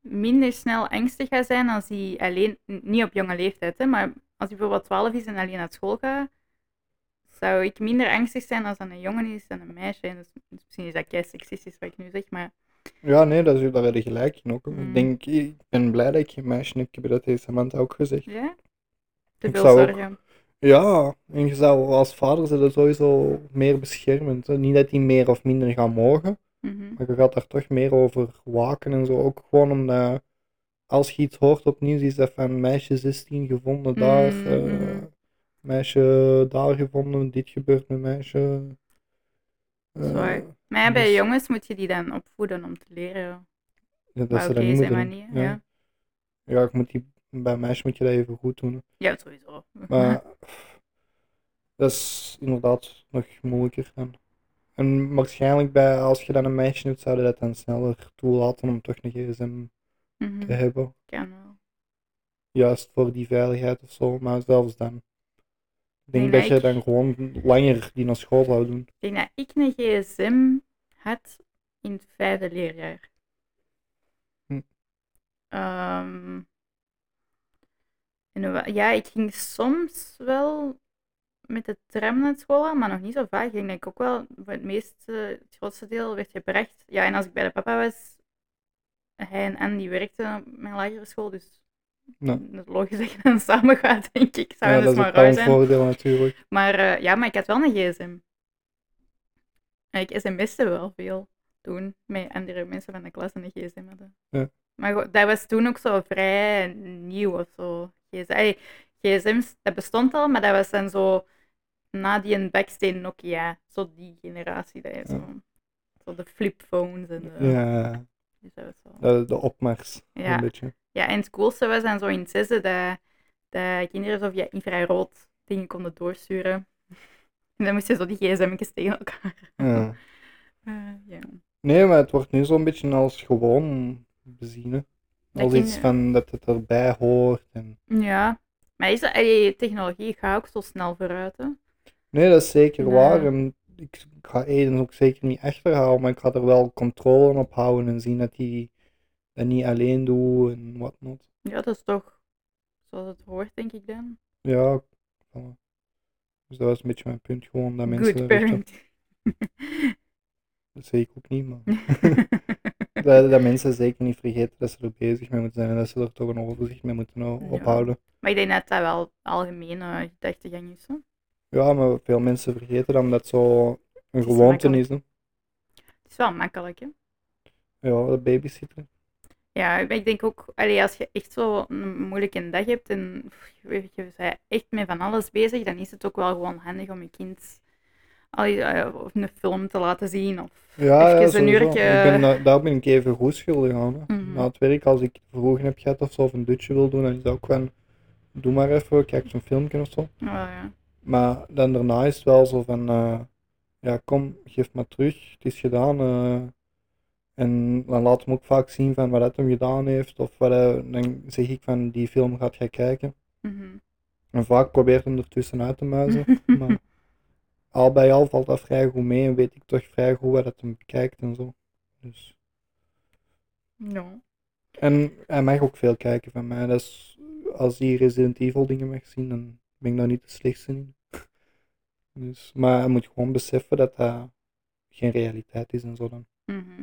minder snel angstig gaat zijn als hij alleen, n- niet op jonge leeftijd, hè, maar als hij bijvoorbeeld 12 is en alleen naar school gaat, zou ik minder angstig zijn als dat een jongen is dan een meisje. En dat is- misschien is dat kei seksistisch wat ik nu zeg, maar Ja, nee, dat is, daar heb je gelijk in ook. Ik Mm. denk, ik ben blij dat ik geen meisje heb, ik heb dat deze Samantha ook gezegd. ja, te Ik veel zou ook- zorgen. Ja, en je zou als vader zijn dat sowieso meer beschermend. hè. Niet dat die meer of minder gaan mogen, Mhm. maar je gaat daar toch meer over waken en zo. Ook gewoon omdat als je iets hoort op nieuws, is dat van meisje 16 gevonden daar, Mm, eh, mhm. meisje daar gevonden, dit gebeurt met meisje. Eh, Zwaar. Maar ja, bij dus- jongens moet je die dan opvoeden om te leren. ja, dat Maar ze oké, dat niet zijn moeten maar doen. niet. Ja, Ja, Ja, ik moet die, bij meisjes moet je dat even goed doen. hè. ja sowieso. Maar pff, dat is inderdaad nog moeilijker dan. En waarschijnlijk bij, als je dan een meisje hebt, zouden dat dan sneller toelaten om toch een gsm Mhm, te hebben. Kan wel. Juist voor die veiligheid of zo, maar zelfs dan. Ik denk Nee, dat maar je ik- dan gewoon langer die naar school zou doen. Ik denk dat ik een gsm had in het vijfde leerjaar. Hm. Ehm, en wa- ja, ik ging soms wel met de tram naar school, maar nog niet zo vaak. Ik denk dat ik ook wel, voor het meeste, het grootste deel, werd gebracht. Ja, en als ik bij de papa was, hij en Andy werkten op mijn lagere school, dus Ja. dat is logisch dat je dan samen gaat, denk ik. Zou ja, dus dat is maar ook wel raar een zijn. voordeel natuurlijk. Maar eh, ja, maar ik had wel een gsm. En ik sms'te wel veel toen met andere mensen van de klas en een gsm hadden. Ja. Maar goed, dat was toen ook zo vrij nieuw of zo. GSM, allee, gsm's, dat bestond al, maar dat was dan zo na die een backsteen Nokia. Zo die generatie, dat je zo, zo de flip phones en de, Ja, dus dat was zo. de, de opmars. Ja. Een beetje. Ja, en het coolste was dan zo in het zesde dat, dat kinderen zo via infrarood dingen konden doorsturen. En dan moesten zo die gsm'tjes tegen elkaar. Ja. Eh, ja. Nee, maar het wordt nu zo'n beetje als gewoon bezien. hè. Dat Als je- iets van dat het erbij hoort. En... ja. Maar is dat, allee, technologie gaat ook zo snel vooruit, hè? Nee, dat is zeker Nee. waar. En ik ga Eden ook zeker niet achterhalen, maar ik ga er wel controle op houden en zien dat hij dat niet alleen doet en whatnot. Ja, dat is toch zoals het hoort, denk ik dan. Ja, voilà. dus dat was een beetje mijn punt. Gewoon dat mensen. Good dat echt- parent. Dat zeg ik ook niet, maar. dat, dat mensen zeker niet vergeten dat ze er bezig mee moeten zijn en dat ze er toch een overzicht mee moeten o- Ja. ophouden. maar ik denk dat dat wel algemene gedachtegang is, hè? Ja, maar veel mensen vergeten dan dat zo een is gewoonte makkelijk. is. Hè? Het is wel makkelijk, hè? Ja, dat babysitter. Ja, maar ik denk ook, allee, als je echt zo een moeilijke dag hebt en pff, je weet- je bent echt met van alles bezig, dan is het ook wel gewoon handig om je kind allee, eh, of een film te laten zien. Of Ja, ja even een sowieso. uurtje. Ik ben, da- daar ben ik even goed schuldig aan. Hè. Mhm. Na het werk, als ik vroegen heb gehad of zo, of een dutje wil doen, dan is dat ook van, doe maar even, kijk zo'n filmpje of zo. Oh, ja. Maar dan daarna is het wel zo van, eh, ja kom, geef maar terug, het is gedaan. eh. en dan laat hem ook vaak zien van wat hij hem gedaan heeft. Of wat hij, dan zeg ik van, die film gaat jij kijken. Mhm. En vaak probeert hem ertussenuit te muizen. maar al bij al valt dat vrij goed mee en weet ik toch vrij goed wat het hem bekijkt en zo. Dus. Ja. En hij mag ook veel kijken van mij. Dat is, als hij Resident Evil dingen mag zien, dan ben ik daar niet de slechtste in. Dus, maar hij moet gewoon beseffen dat dat geen realiteit is en zo dan. Mhm.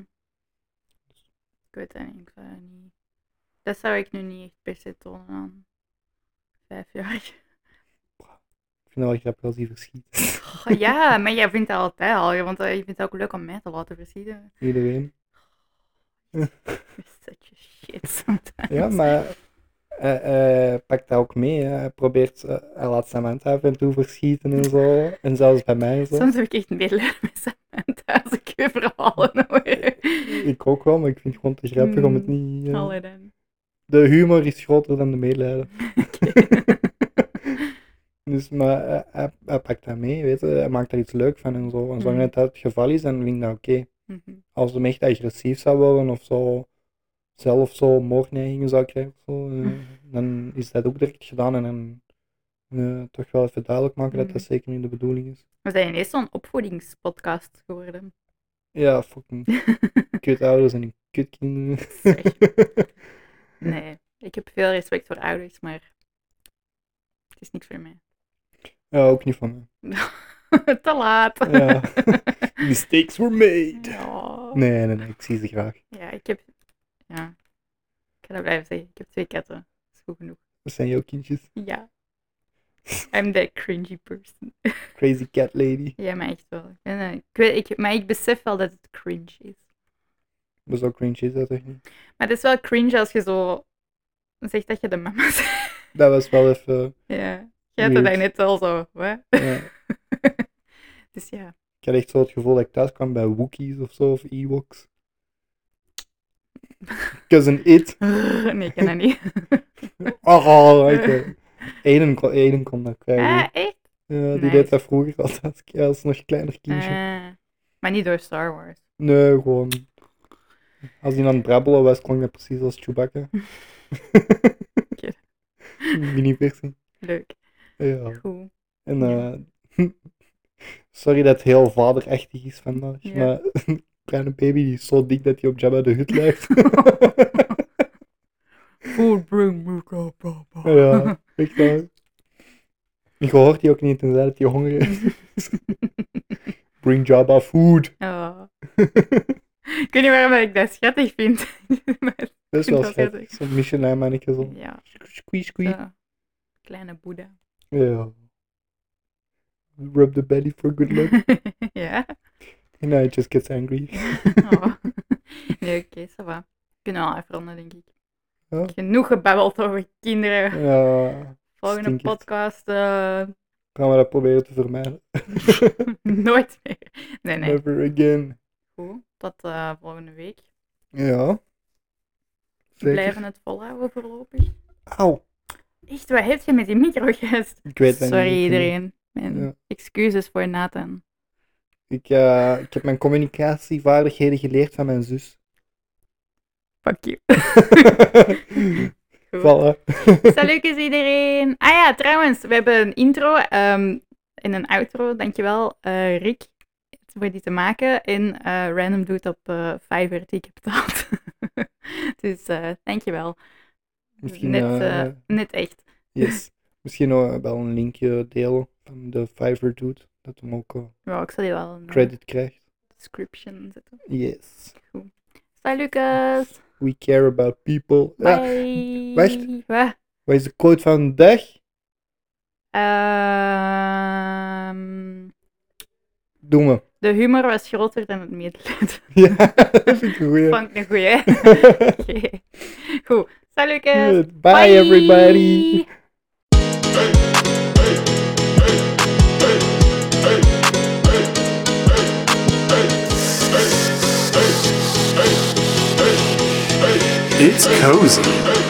Ik weet het niet, ik zou dat niet. Dat zou ik nu niet echt per se tonen aan vijfjarigen. Ik vind dat wel grappig als hij verschiet. Oh, ja, maar jij vindt dat altijd al, want eh, je vindt het ook leuk om mij te laten versieren. Iedereen. Such a shit sometimes. Ja, maar hij, hij pakt dat ook mee. Hè. Hij probeert, eh, hij laat Samantha af en toe verschieten en zo. En zelfs bij mij en zo. Soms heb ik echt medelijden met Samantha als ik je verhalen hoor. Ik ook wel, maar ik vind het gewoon te grappig om het niet... eh, Hmm. Allee dan. De humor is groter dan de medelijden. Dus, maar eh, hij, hij pakt dat mee, weet je. Hij maakt daar iets leuk van en zo. En zolang Mhm. dat dat het geval is, dan vind ik dat oké. Mhm. Als hem echt agressief zou worden of zo, zelf zo moordneigingen zou krijgen of zo, eh, Mhm. dan is dat ook direct gedaan en dan eh, toch wel even duidelijk maken dat dat Mhm. zeker niet de bedoeling is. We zijn ineens zo'n opvoedingspodcast geworden. Ja, fucking kutouders en kutkinderen. Zeg. Nee, ik heb veel respect voor ouders, maar het is niks voor mij. ja, ook niet van mij. Te laat. Ja. Mistakes were made. Ja. Nee, nee, nee, ik zie ze graag. Ja, ik heb... Ja. Ik ga dat blijven zeggen. Ik heb twee katten. Dat is goed genoeg. Dat zijn jouw kindjes. Ja. I'm that cringy person. Crazy cat lady. Ja, maar echt wel. Ik ben, eh, ik weet, ik, maar ik besef wel dat het cringe is. Maar zo cringe is dat toch niet? Maar het is wel cringe als je zo zegt dat je de mama bent. Dat was wel even... ja. Je had dat Weird. net al zo, hè? ja. Dus ja. Ik had echt zo het gevoel dat ik thuis kwam bij Wookiees of zo, of Ewoks. Cousin It. Nee, ik ken dat niet. Oh, oh oké. Aiden, kon- Aiden kon dat ah, krijgen. echt? Ja, die nice. deed dat vroeger altijd als ik- als nog kleiner kindje. Ah. maar niet door Star Wars. Nee, gewoon. Als hij aan het brabbelen was, klonk dat precies als Chewbacca. Oké. Mini-versie. Leuk. Ja. Goed. En, Ja. eh, sorry dat het heel vaderachtig is vandaag, Ja. maar een kleine baby die is zo dik dat hij op Jabba de Hut lijkt. Full bring me up, up, up. ja, ik wel. En je hoort die ook niet, tenzij dat die honger is. Bring Jabba food. Oh. ik weet niet waarom ik dat schattig vind. Maar, Dat vind is wel dat schattig. schattig. Zo'n missionair mannetje zo. ja, Squeeze, squeeze. zo. Kleine Boeddha. Ja. Rub the belly for good luck. ja. And now it just gets angry. Oh. Nee, oké, ça va. Kunnen we al afronden, denk ik. Ja. Genoeg gebabbeld over kinderen. Ja. Volgende stinkert. podcast eh, Gaan we dat proberen te vermijden. nooit meer. Nee, nee. Never again. Goed. Tot eh, volgende week. Ja. We Zeker. Blijven het volhouden voorlopig. Auw. Echt, wat heb je met die microgest? Ik weet het Sorry niet. iedereen. Mijn Ja. excuses voor Nathan. Ik, eh, ik heb mijn communicatievaardigheden geleerd van mijn zus. Fuck you. Voilà. Salutjes iedereen. Ah ja, trouwens, we hebben een intro ehm, en een outro. Dankjewel, eh Rick, voor die te maken. En eh, Random Dude op eh Fiverr die ik heb betaald. dus eh, dankjewel. Misschien, net, eh, eh, net echt. yes. Misschien eh, wel een linkje delen van de Fiverr doet. Dat hem ook eh, Ja, ik zal die wel een eh, credit krijgt. description zetten. Yes. Salutjes. We care about people. Ja, Bye. wacht. Wat? wat is de quote van de dag? Ehm, Doen we. de humor was groter dan het medelijden. Ja, dat vind ik een goeie. Vond ik een goeie, hè? Oké. Goed. Salutjes. Good. Bye everybody. It's cozy.